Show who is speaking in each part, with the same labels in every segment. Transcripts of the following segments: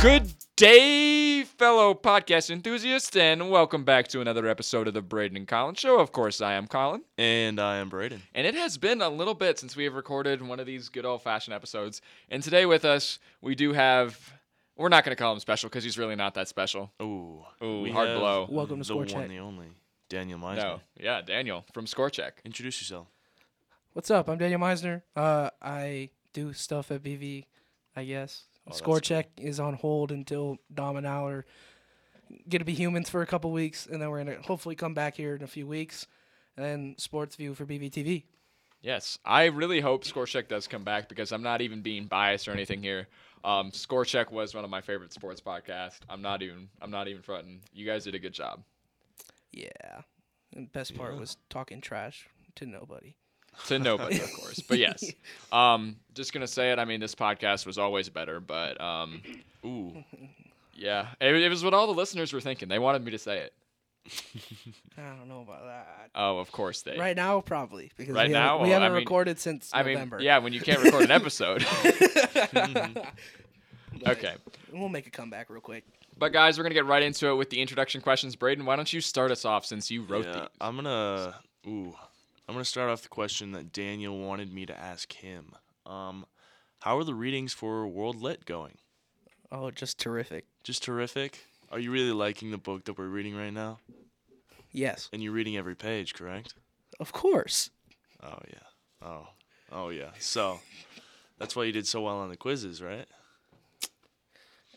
Speaker 1: Good day, fellow podcast enthusiasts, and welcome back to another episode of the Braden and Colin Show. Of course, I am Colin,
Speaker 2: And I am Braden.
Speaker 1: and it has been a little bit since we have recorded one of these good old fashioned episodes. And today with us, we do have. We're not going to call him special because he's really not that special.
Speaker 2: Ooh.
Speaker 1: Ooh, hard blow.
Speaker 3: Welcome to
Speaker 2: the
Speaker 3: Score
Speaker 2: one,
Speaker 3: Check.
Speaker 2: the only, Daniel Meisner.
Speaker 1: No. Yeah, Daniel from Scorecheck.
Speaker 2: Introduce yourself.
Speaker 3: What's up? I'm Daniel Meisner. Uh, I do stuff at BV, I guess.
Speaker 1: Oh,
Speaker 2: that's
Speaker 3: Score check is on hold until Dom and I are gonna be humans for a couple weeks, and then we're gonna hopefully come back here in a few weeks, and then Sports View for BVTV.
Speaker 1: Yes, I really hope Scorecheck does come back because I'm not even being biased or anything here. Um, Scorecheck was one of my favorite sports podcasts. I'm not even. I'm not even fronting. You guys did a good job.
Speaker 3: Yeah. And best part was talking trash to nobody.
Speaker 1: to nobody, of course. But yes, um, just gonna say it. I mean, this podcast was always better, but um,
Speaker 2: Ooh.
Speaker 1: yeah, it, it was what all the listeners were thinking. They wanted me to say it.
Speaker 3: I don't know about that.
Speaker 1: Oh, of course they.
Speaker 3: Right now, probably because
Speaker 1: Right
Speaker 3: we
Speaker 1: now?
Speaker 3: haven't, we
Speaker 1: Well, I
Speaker 3: haven't
Speaker 1: mean-
Speaker 3: recorded since
Speaker 1: I mean,
Speaker 3: November.
Speaker 1: yeah, when you can't record an episode.
Speaker 3: But
Speaker 1: okay,
Speaker 3: we'll make a comeback real quick.
Speaker 1: but guys, we're gonna get right into it with the introduction questions. Braden, why don't you start us off since you wrote
Speaker 2: Yeah,
Speaker 1: these?
Speaker 2: I'm gonna. Ooh. I'm gonna start off the question that Daniel wanted me to ask him. Um, how are the readings for World Lit going?
Speaker 3: Oh, just terrific.
Speaker 2: Just terrific. Are you really liking the book that we're reading right now?
Speaker 3: Yes,
Speaker 2: And you're reading every page, correct?
Speaker 3: of course.
Speaker 2: Oh yeah. Oh. Oh yeah. So, that's why you did so well on the quizzes, right?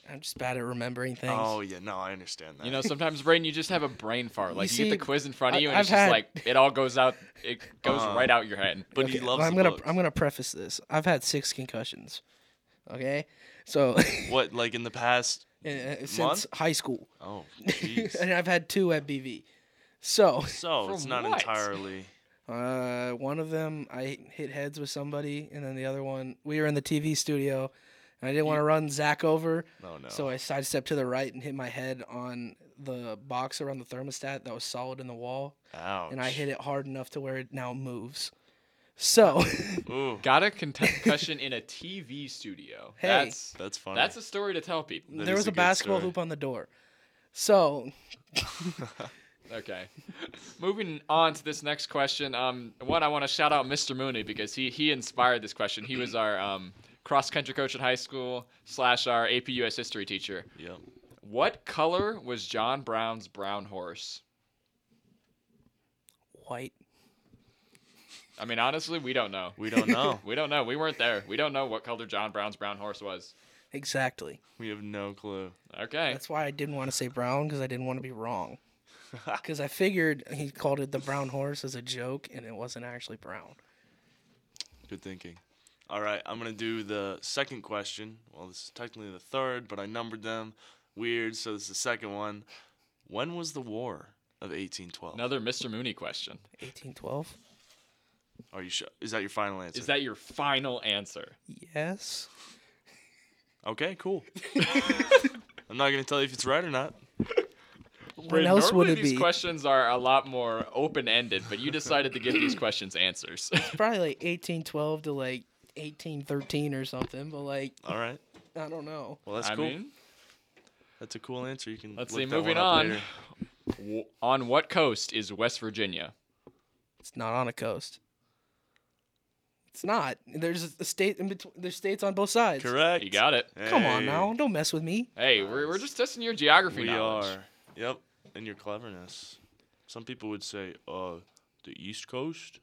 Speaker 3: I'm just bad at remembering things.
Speaker 2: Oh yeah. No, I understand that.
Speaker 1: You know, sometimes Braden, you just have a brain fart. Like you, get
Speaker 3: see,
Speaker 1: the quiz in front of
Speaker 3: I-
Speaker 1: you, and it's
Speaker 3: I've
Speaker 1: just
Speaker 3: had-
Speaker 1: like it all goes out. It goes
Speaker 2: Uh,
Speaker 1: right out your head.
Speaker 2: but he
Speaker 3: Okay,
Speaker 2: loves.
Speaker 3: I'm
Speaker 2: the
Speaker 3: gonna
Speaker 2: books.
Speaker 3: I'm gonna preface this. I've had six concussions. Okay, so eh,
Speaker 2: What, like in the past?
Speaker 3: since
Speaker 2: Month?
Speaker 3: high school,
Speaker 2: Oh, jeez.
Speaker 3: and I've had two at BV. So
Speaker 2: so it's
Speaker 1: From
Speaker 2: not
Speaker 1: what?
Speaker 2: entirely.
Speaker 3: uh, one of them I hit heads with somebody, and then the other one we were in the TV studio, and I didn't want to run Zach over,
Speaker 2: Oh no.
Speaker 3: so I sidestepped to the right and hit my head on the box around the thermostat that was solid in the wall,
Speaker 2: Ouch.
Speaker 3: and I hit it hard enough to where it now moves. So
Speaker 2: Ooh,
Speaker 1: Got a concussion in a TV studio.
Speaker 3: Hey.
Speaker 1: That's
Speaker 2: that's funny.
Speaker 1: that's a story to tell people.
Speaker 2: That
Speaker 3: there
Speaker 2: is
Speaker 3: was
Speaker 2: a
Speaker 3: a,
Speaker 2: good
Speaker 3: basketball
Speaker 2: story.
Speaker 3: hoop on the door. So
Speaker 1: Okay. Moving on to this next question. Um, one, I want to shout out Mr. Mooney because he he inspired this question. He was our um, cross country coach at high school slash our AP US history teacher.
Speaker 2: Yep.
Speaker 1: What color was John Brown's brown horse?
Speaker 3: white.
Speaker 1: I mean, honestly, we don't know.
Speaker 2: We don't know.
Speaker 1: We don't know. We weren't there. We don't know what color John Brown's brown horse was.
Speaker 3: Exactly.
Speaker 2: we have no clue.
Speaker 1: Okay.
Speaker 3: That's why I didn't want to say brown because I didn't want to be wrong. Because I figured he called it the brown horse as a joke and it wasn't actually brown.
Speaker 2: Good thinking. All right, I'm gonna do the second question. Well, this is technically the third, but I numbered them. Weird. So this is the second one. When was the War of 1812?
Speaker 1: Another Mr. Mooney question.
Speaker 3: 1812?
Speaker 2: Are you sure? Is that your final answer?
Speaker 1: Is that your final answer?
Speaker 3: Yes.
Speaker 2: okay? Cool. I'm not gonna tell you if it's right or not.
Speaker 3: When else would
Speaker 1: Normally
Speaker 3: it
Speaker 1: these
Speaker 3: be?
Speaker 1: questions are a lot more open ended, but you decided to give these questions answers.
Speaker 3: It's probably like 1812 to like 1813 or something, but like,
Speaker 2: All right.
Speaker 3: I don't know.
Speaker 2: Well, that's
Speaker 1: I
Speaker 2: cool.
Speaker 1: mean,
Speaker 2: that's a cool answer. You can
Speaker 1: let's
Speaker 2: look
Speaker 1: see.
Speaker 2: that one
Speaker 1: Moving
Speaker 2: up
Speaker 1: on.
Speaker 2: later.
Speaker 1: W- on what coast is West Virginia?
Speaker 3: It's not on a coast. It's not. There's a state in between. There's states on both sides.
Speaker 2: Correct.
Speaker 1: You got it.
Speaker 3: Come on
Speaker 2: Hey,
Speaker 3: now. Don't mess with me.
Speaker 1: Hey, we're, we're just testing your geography
Speaker 2: We
Speaker 1: knowledge.
Speaker 2: are. Yep. And your cleverness. Some people would say, uh, the East Coast,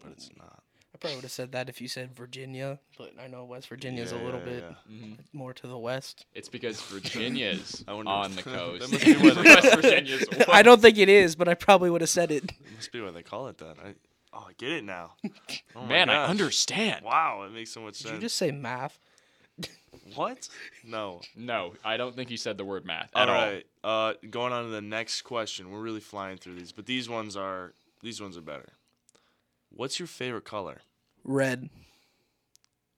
Speaker 2: but it's not.
Speaker 3: I probably would have said that if you said Virginia, but I know West Virginia's
Speaker 2: Yeah,
Speaker 3: a little
Speaker 2: yeah,
Speaker 3: bit
Speaker 2: yeah.
Speaker 3: more to the west.
Speaker 1: It's because Virginia's
Speaker 2: I wonder-
Speaker 1: on the
Speaker 2: that
Speaker 1: coast.
Speaker 2: must be why they-
Speaker 1: West Virginia's.
Speaker 3: I don't think it is, but I probably would have said it.
Speaker 2: Must be why they call it that. I, oh, I get it now. Oh my
Speaker 1: Man, I
Speaker 2: gosh.
Speaker 1: understand.
Speaker 2: Wow, it makes so much
Speaker 3: Did
Speaker 2: sense.
Speaker 3: you just say math?
Speaker 2: What? No.
Speaker 1: No, I don't think he said the word math at
Speaker 2: All right. Uh, going on to the next question. We're really flying through these, but these ones are these ones are better. What's your favorite color?
Speaker 3: Red.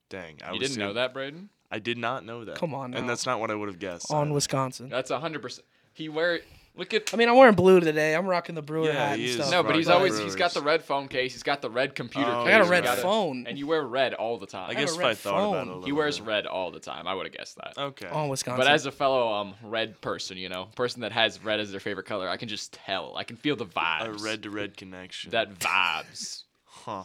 Speaker 2: Dang, I
Speaker 1: all. You
Speaker 2: was
Speaker 1: didn't know
Speaker 2: saying-
Speaker 1: that, Braden?
Speaker 2: I did not know that.
Speaker 3: Come on
Speaker 2: and
Speaker 3: now.
Speaker 2: that's not what I would have guessed.
Speaker 3: On
Speaker 2: either.
Speaker 3: Wisconsin.
Speaker 1: That's hundred percent. He wear Look at
Speaker 3: I mean, I'm wearing blue today. I'm rocking the Brewer
Speaker 2: Yeah,
Speaker 3: hat
Speaker 2: he
Speaker 3: and
Speaker 2: is.
Speaker 3: stuff.
Speaker 1: no, but he's
Speaker 2: Right.
Speaker 1: always he's got
Speaker 2: Brewers.
Speaker 1: the red phone case. He's got the red computer.
Speaker 2: Oh,
Speaker 1: case.
Speaker 3: I got a
Speaker 2: he's
Speaker 3: red
Speaker 2: got it.
Speaker 3: phone.
Speaker 1: and you wear red all the time.
Speaker 2: I
Speaker 3: have
Speaker 2: guess
Speaker 3: a
Speaker 2: if I
Speaker 3: red
Speaker 2: thought about it a
Speaker 3: phone.
Speaker 2: little
Speaker 1: he wears
Speaker 2: bit.
Speaker 1: red all the time. I would have guessed that.
Speaker 2: Okay.
Speaker 3: on Wisconsin.
Speaker 1: But as a fellow um red person, you know, person that has red as their favorite color, I can just tell. I can feel the vibes.
Speaker 2: a red to red connection.
Speaker 1: that vibes.
Speaker 2: huh?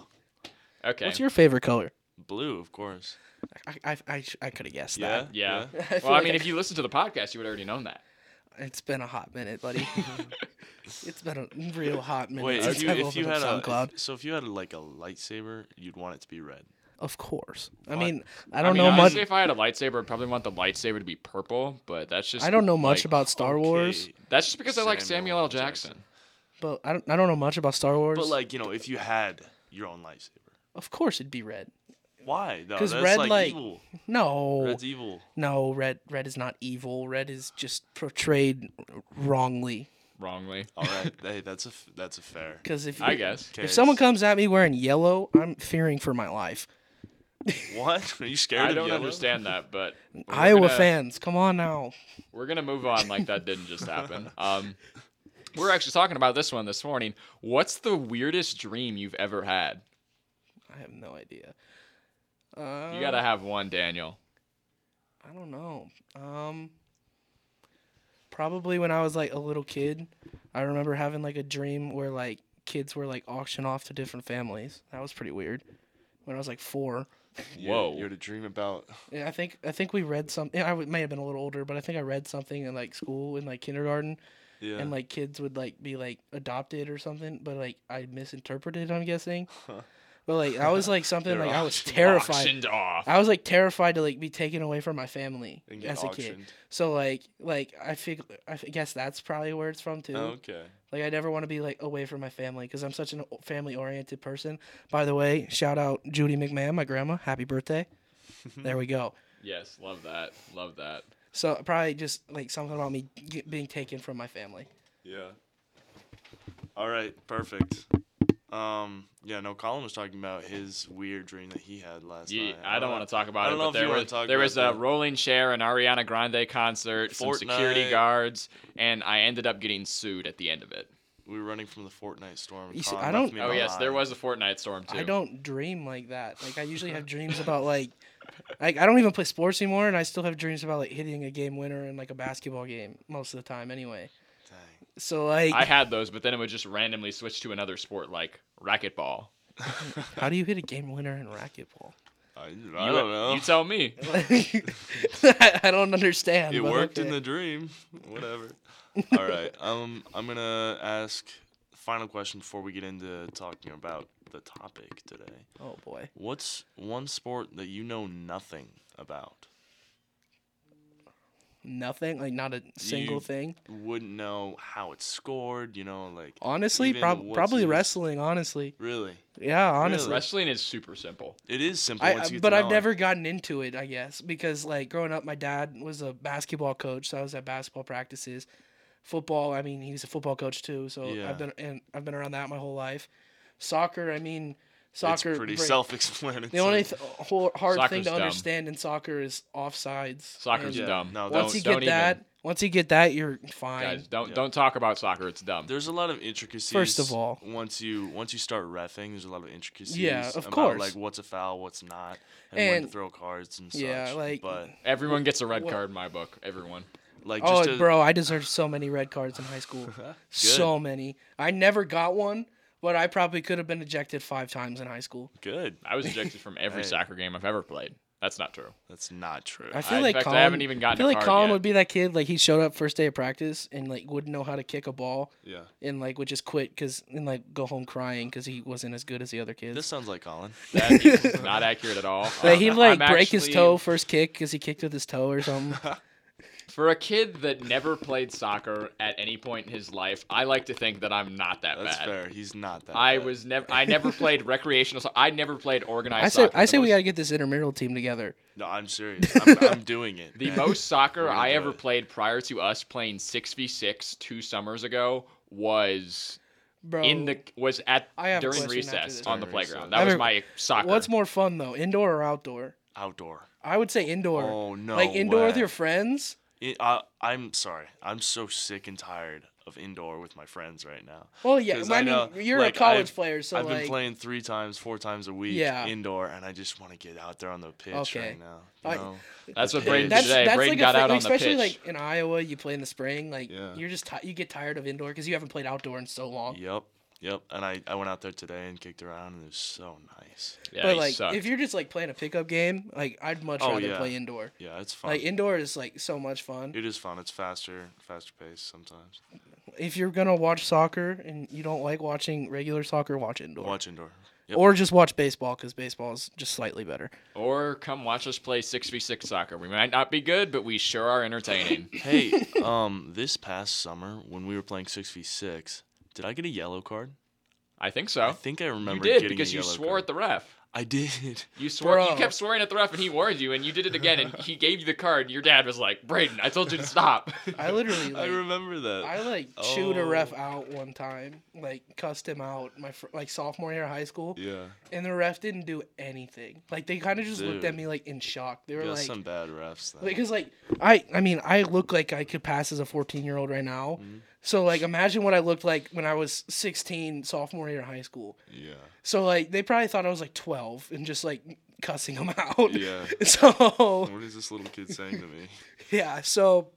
Speaker 1: Okay.
Speaker 3: what's your favorite color?
Speaker 2: Blue, of course.
Speaker 3: I I, I, sh- I could have guessed
Speaker 2: Yeah.
Speaker 3: that.
Speaker 1: yeah.
Speaker 3: I feel
Speaker 1: well, I
Speaker 3: like
Speaker 1: mean,
Speaker 3: I-
Speaker 1: if you listen to the podcast, you would already known that.
Speaker 3: It's been a hot minute, buddy. it's been a real hot minute.
Speaker 2: Wait,
Speaker 3: since
Speaker 2: if you
Speaker 3: I've
Speaker 2: if you had
Speaker 3: opened up
Speaker 2: a
Speaker 3: SoundCloud,
Speaker 2: if- so if you had like a lightsaber, you'd want it to be red.
Speaker 3: of course. I
Speaker 2: What?
Speaker 3: mean, I don't
Speaker 1: mean,
Speaker 3: know much.
Speaker 1: honestly, If I had a lightsaber, I'd probably want the lightsaber to be purple. But that's just
Speaker 3: I don't know much
Speaker 1: like-
Speaker 3: about Star Wars,
Speaker 2: Okay,
Speaker 1: That's just because I like
Speaker 2: Samuel
Speaker 1: Samuel L.
Speaker 2: L.
Speaker 1: Jackson.
Speaker 3: but I don't I don't know much about Star Wars.
Speaker 2: But like you know, if you had your own lightsaber,
Speaker 3: of course, it'd be red.
Speaker 2: why though?
Speaker 3: 'Cause
Speaker 2: That's
Speaker 3: red,
Speaker 2: like,
Speaker 3: like- Oh.
Speaker 2: evil.
Speaker 3: No,
Speaker 2: Red's
Speaker 1: e-
Speaker 2: evil.
Speaker 3: no, red red is not evil. Red is just portrayed wrongly.
Speaker 1: Wrongly,
Speaker 2: All right, hey, that's a f- that's a fair.
Speaker 3: Because if
Speaker 1: I
Speaker 3: you-
Speaker 1: guess.
Speaker 2: Okay,
Speaker 3: if someone
Speaker 2: s-
Speaker 3: comes at me wearing yellow, I'm fearing for my life.
Speaker 2: what are you scared
Speaker 1: I
Speaker 2: of?
Speaker 1: don't
Speaker 2: yellow?
Speaker 1: understand that, but we're
Speaker 3: Iowa
Speaker 1: gonna-
Speaker 3: fans, come on now.
Speaker 1: We're gonna move on like that didn't just happen. Um, we we're actually talking about this one this morning. What's the weirdest dream you've ever had?
Speaker 3: I have no idea. Uh,
Speaker 1: You gotta have one, Daniel.
Speaker 3: I don't know. Um, probably when I was like a little kid, I remember having like a dream where like kids were like auctioned off to different families. That was pretty weird. When I was like four,
Speaker 2: You-
Speaker 1: Whoa.
Speaker 2: you had to dream about.
Speaker 3: Yeah, I think I think we read something. I w- may have been a little older, but I think I read something in like school in like kindergarten,
Speaker 2: Yeah.
Speaker 3: and like kids would like be like adopted or something. But like I misinterpreted. I'm guessing. But like that was like something
Speaker 2: They're
Speaker 3: like I was
Speaker 2: auctioned-
Speaker 3: terrified.
Speaker 1: Auctioned off.
Speaker 3: I was like terrified to like be taken away from my family
Speaker 2: and get
Speaker 3: as a kid.
Speaker 2: auctioned.
Speaker 3: So like like I fig- I fi- guess that's probably where it's from too.
Speaker 2: Oh, okay.
Speaker 3: Like I never want to be like away from my family because I'm such an family oriented person. By the way, shout out Judy McMahon, my grandma. Happy birthday. there we go.
Speaker 1: Yes, love that. Love that.
Speaker 3: So probably just like something about me g- being taken from my family.
Speaker 2: Yeah. All right, perfect. Um, yeah, no, Colin was talking about his weird dream that he had last
Speaker 1: Ye-
Speaker 2: night.
Speaker 1: I don't want to talk about
Speaker 2: I
Speaker 1: it.
Speaker 2: don't know
Speaker 1: But
Speaker 2: if you
Speaker 1: there
Speaker 2: wanna
Speaker 1: was
Speaker 2: talk
Speaker 1: there
Speaker 2: about
Speaker 1: was a
Speaker 2: that.
Speaker 1: rolling chair, an Ariana Grande concert, some security
Speaker 2: Fortnite.
Speaker 1: guards, and I ended up getting sued at the end of it.
Speaker 2: We were running from the Fortnite storm. and
Speaker 3: You see,
Speaker 2: Colin
Speaker 3: I
Speaker 2: left
Speaker 3: don't-
Speaker 2: me
Speaker 1: Oh yes, there
Speaker 2: behind.
Speaker 1: was a Fortnite storm too.
Speaker 3: I don't dream like that. Like I usually have dreams about like like I don't even play sports anymore, and I still have dreams about like hitting a game winner in like a basketball game most of the time anyway.
Speaker 2: Dang.
Speaker 3: So like
Speaker 1: I had those, but then it would just randomly switch to another sport like racquetball.
Speaker 3: how do you hit a game winner in racquetball?
Speaker 2: I, I
Speaker 1: you,
Speaker 2: don't know.
Speaker 1: You tell me.
Speaker 3: I I don't understand.
Speaker 2: it
Speaker 3: but
Speaker 2: worked in
Speaker 3: okay.
Speaker 2: the dream. Whatever. All right. Um, I'm gonna ask final question before we get into talking about the topic today.
Speaker 3: Oh boy.
Speaker 2: What's one sport that you know nothing about?
Speaker 3: Nothing. Like not a single
Speaker 2: You-
Speaker 3: thing.
Speaker 2: Wouldn't know how it's scored. You know, like
Speaker 3: Honestly,
Speaker 2: even
Speaker 3: prob-
Speaker 2: what's
Speaker 3: probably
Speaker 2: used.
Speaker 3: wrestling. Honestly,
Speaker 2: really,
Speaker 3: yeah. Honestly,
Speaker 2: Really?
Speaker 1: Wrestling is super simple.
Speaker 2: it is simple.
Speaker 3: I,
Speaker 2: once you
Speaker 3: I-
Speaker 2: get
Speaker 3: but
Speaker 2: to
Speaker 3: I've
Speaker 2: know it.
Speaker 3: never gotten into it, I guess, because like growing up, my dad was a basketball coach, so I was at basketball practices. Football, I mean, he was a football coach too, so
Speaker 2: Yeah.
Speaker 3: I've been and I've been around that my whole life. Soccer, I mean, soccer.
Speaker 2: It's pretty
Speaker 3: bra-
Speaker 2: self-explanatory.
Speaker 3: The only th- ho- hard thing
Speaker 1: Soccer's
Speaker 3: to
Speaker 1: dumb.
Speaker 3: understand in soccer is offsides.
Speaker 1: Soccer's
Speaker 3: and
Speaker 2: Yeah,
Speaker 1: dumb.
Speaker 2: no,
Speaker 3: Once you
Speaker 1: don't
Speaker 3: get that,
Speaker 1: even.
Speaker 3: once you get that, you're fine.
Speaker 1: Guys, don't
Speaker 2: Yeah.
Speaker 1: don't talk about soccer. It's dumb.
Speaker 2: there's a lot of intricacies.
Speaker 3: of all.
Speaker 2: once you once you start refing, there's a lot of intricacies.
Speaker 3: of
Speaker 2: about,
Speaker 3: course.
Speaker 2: Like what's a foul, what's not, and, when to
Speaker 3: And-
Speaker 2: throw cards and
Speaker 3: Yeah,
Speaker 2: such.
Speaker 3: like-
Speaker 2: but
Speaker 1: Everyone gets a red
Speaker 3: Wha-
Speaker 1: card in my book. Everyone.
Speaker 2: like
Speaker 3: Oh,
Speaker 2: just to,
Speaker 3: bro, I deserved so many red cards in high school. so many. I never got one, but I probably could have been ejected five times in high school.
Speaker 2: good.
Speaker 1: I was ejected from every
Speaker 2: Hey.
Speaker 1: soccer game I've ever played. That's not true.
Speaker 2: That's not true.
Speaker 3: I feel
Speaker 1: in
Speaker 3: like
Speaker 1: fact, I
Speaker 3: Colin,
Speaker 1: haven't even gotten
Speaker 3: I feel
Speaker 1: a
Speaker 3: like
Speaker 1: card
Speaker 3: Colin
Speaker 1: yet.
Speaker 3: would be that kid. Like he showed up first day of practice and like wouldn't know how to kick a ball
Speaker 2: yeah.
Speaker 3: and like would just quit because and like go home crying because he wasn't as good as the other kids.
Speaker 2: This sounds like Colin.
Speaker 1: That is not accurate at all.
Speaker 3: like
Speaker 1: Um,
Speaker 3: he'd like
Speaker 1: I'm
Speaker 3: break his
Speaker 1: actually-
Speaker 3: toe first kick because he kicked with his toe or something.
Speaker 1: For a kid that never played soccer at any point in his life, I like to think that I'm not that
Speaker 2: That's
Speaker 1: bad.
Speaker 2: fair. He's not that.
Speaker 1: I
Speaker 2: bad.
Speaker 1: was never. I never played recreational. So- I never played organized.
Speaker 3: I say
Speaker 1: soccer.
Speaker 3: I
Speaker 1: The
Speaker 3: say we
Speaker 1: most-
Speaker 3: gotta get this intramural team together.
Speaker 2: No, I'm serious. I'm, I'm doing it.
Speaker 1: The
Speaker 2: man.
Speaker 1: most soccer
Speaker 2: We're gonna
Speaker 1: I
Speaker 2: do
Speaker 1: ever
Speaker 2: it.
Speaker 1: played prior to us playing six v six two summers ago was
Speaker 3: Bro,
Speaker 1: in the was at
Speaker 3: I have a
Speaker 1: during
Speaker 3: question after
Speaker 1: recess
Speaker 3: this.
Speaker 1: on the
Speaker 2: During recess.
Speaker 1: playground. That was
Speaker 3: Remember-
Speaker 1: my soccer.
Speaker 3: what's more fun though, indoor or outdoor?
Speaker 2: outdoor.
Speaker 3: I would say indoor.
Speaker 2: Oh no.
Speaker 3: like indoor with
Speaker 2: way.
Speaker 3: your friends.
Speaker 2: It, I, I'm sorry. I'm so sick and tired of indoor with my friends right now.
Speaker 3: Well, yeah.
Speaker 2: 'Cause
Speaker 3: I,
Speaker 2: I
Speaker 3: mean,
Speaker 2: know,
Speaker 3: you're
Speaker 2: like,
Speaker 3: a college
Speaker 2: I've-
Speaker 3: player, so
Speaker 2: I've
Speaker 3: like,
Speaker 2: been playing three times, four times a week
Speaker 3: Yeah.
Speaker 2: indoor, and I just want to get out there on the pitch
Speaker 3: Okay.
Speaker 2: right now. you
Speaker 3: I-
Speaker 2: know?
Speaker 1: That's what
Speaker 2: Okay.
Speaker 1: Braden did
Speaker 3: that's
Speaker 1: today.
Speaker 3: that's
Speaker 1: Braden
Speaker 3: like a
Speaker 1: got
Speaker 3: thing-
Speaker 1: out on the pitch.
Speaker 3: especially like in Iowa, you play in the spring. Like
Speaker 2: Yeah.
Speaker 3: you're just ti you get tired of indoor because you haven't played outdoor in so long.
Speaker 2: Yep, yep. And I, I went out there today and kicked around, and it was so nice.
Speaker 1: yeah,
Speaker 3: but
Speaker 1: he
Speaker 3: like
Speaker 1: sucked.
Speaker 3: if you're just like playing a pickup game, like I'd much
Speaker 2: Oh,
Speaker 3: rather
Speaker 2: yeah.
Speaker 3: play indoor.
Speaker 2: Yeah, it's fun.
Speaker 3: Like indoor is like so much fun.
Speaker 2: it is fun. It's faster, faster paced sometimes.
Speaker 3: If you're gonna watch soccer and you don't like watching regular soccer, watch indoor.
Speaker 2: Watch indoor. Yep.
Speaker 3: Or just watch baseball because baseball is just slightly better.
Speaker 1: Or come watch us play 6v6 soccer. We might not be good, but we sure are entertaining.
Speaker 2: hey, um, this past summer when we were playing six v six, did I get a yellow card?
Speaker 1: I think
Speaker 2: I
Speaker 1: so.
Speaker 2: think I
Speaker 1: You
Speaker 2: remember
Speaker 1: did
Speaker 2: getting
Speaker 1: because
Speaker 2: a
Speaker 1: you
Speaker 2: yellow
Speaker 1: swore
Speaker 2: card.
Speaker 1: at the ref.
Speaker 2: I did.
Speaker 1: You swore. You
Speaker 3: Bro.
Speaker 1: kept swearing at the ref, and he warned you, and you did it again, and he gave you the card. Your dad was like, "Braden, I told you to stop."
Speaker 3: I literally
Speaker 2: I
Speaker 3: like I,
Speaker 2: remember that.
Speaker 3: like chewed a ref
Speaker 2: Oh.
Speaker 3: out one time, like cussed him out. My fr- like sophomore year of high school,
Speaker 2: yeah,
Speaker 3: and the ref didn't do anything. Like they kind of just looked at
Speaker 2: Dude.
Speaker 3: me like in shock. They
Speaker 2: we
Speaker 3: were
Speaker 2: got
Speaker 3: like,
Speaker 2: some bad refs. Then.
Speaker 3: because like I I mean I look like I could pass as a 14 year old right now.
Speaker 2: Mm-hmm.
Speaker 3: So like imagine what I looked like when I was 16 sophomore year of high school.
Speaker 2: yeah,
Speaker 3: So like they probably thought I was like 12 and just like cussing them out.
Speaker 2: yeah.
Speaker 3: So
Speaker 2: What is this little kid saying to me?
Speaker 3: yeah, so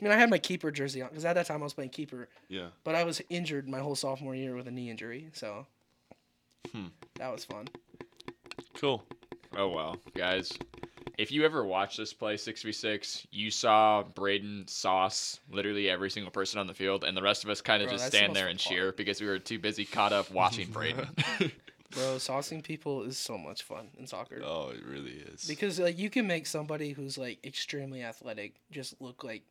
Speaker 3: I mean I had my keeper jersey on because at that time I was playing keeper,
Speaker 2: Yeah.
Speaker 3: but I was injured my whole sophomore year with a knee injury. So
Speaker 2: Hmm.
Speaker 3: that was fun.
Speaker 2: Cool.
Speaker 1: oh well, guys. If you ever watch this play 6v6, you saw Braden sauce literally every single person on the field, and the rest of us kind of
Speaker 3: Bro,
Speaker 1: just
Speaker 3: that's the
Speaker 1: stand
Speaker 3: most
Speaker 1: there and
Speaker 3: fun part.
Speaker 1: cheer because we were too busy caught up watching Braden.
Speaker 3: Bro, saucing people is so much fun in soccer.
Speaker 2: Oh, it really is.
Speaker 3: because like you can make somebody who's like extremely athletic just look like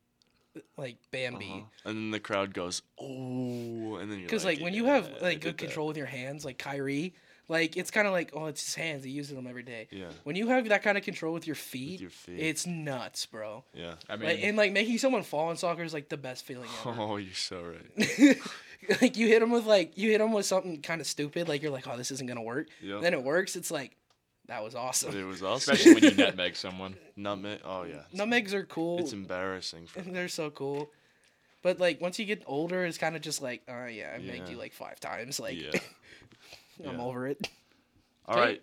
Speaker 3: like
Speaker 2: Uh-huh.
Speaker 3: Bambi.
Speaker 2: And then the crowd goes, oh, and then you're
Speaker 3: Because like, when you
Speaker 2: "Yeah,
Speaker 3: have
Speaker 2: I did
Speaker 3: like good
Speaker 2: that."
Speaker 3: control with your hands, like Kyrie, like it's kind of like oh it's his hands, he uses them every day.
Speaker 2: Yeah.
Speaker 3: When you have that kind of control with your feet,
Speaker 2: your feet.
Speaker 3: it's nuts, bro.
Speaker 2: Yeah.
Speaker 1: I mean,
Speaker 3: Like, and like making someone fall in soccer is like the best feeling ever.
Speaker 2: Oh, you're so right.
Speaker 3: like you hit them with like you hit them with something kind of stupid, like you're like oh this isn't gonna work.
Speaker 2: Yeah.
Speaker 3: Then it works. It's like that was awesome.
Speaker 2: It was awesome.
Speaker 1: especially when you nutmeg someone.
Speaker 2: Nutmeg. Oh yeah.
Speaker 3: Nutmegs are cool.
Speaker 2: It's embarrassing for
Speaker 3: They're so cool. But like once you get older, it's kind of just like, oh yeah, I made
Speaker 2: Yeah.
Speaker 3: you like five times. Like
Speaker 2: Yeah.
Speaker 3: I'm
Speaker 2: yeah.
Speaker 3: over it.
Speaker 2: All right.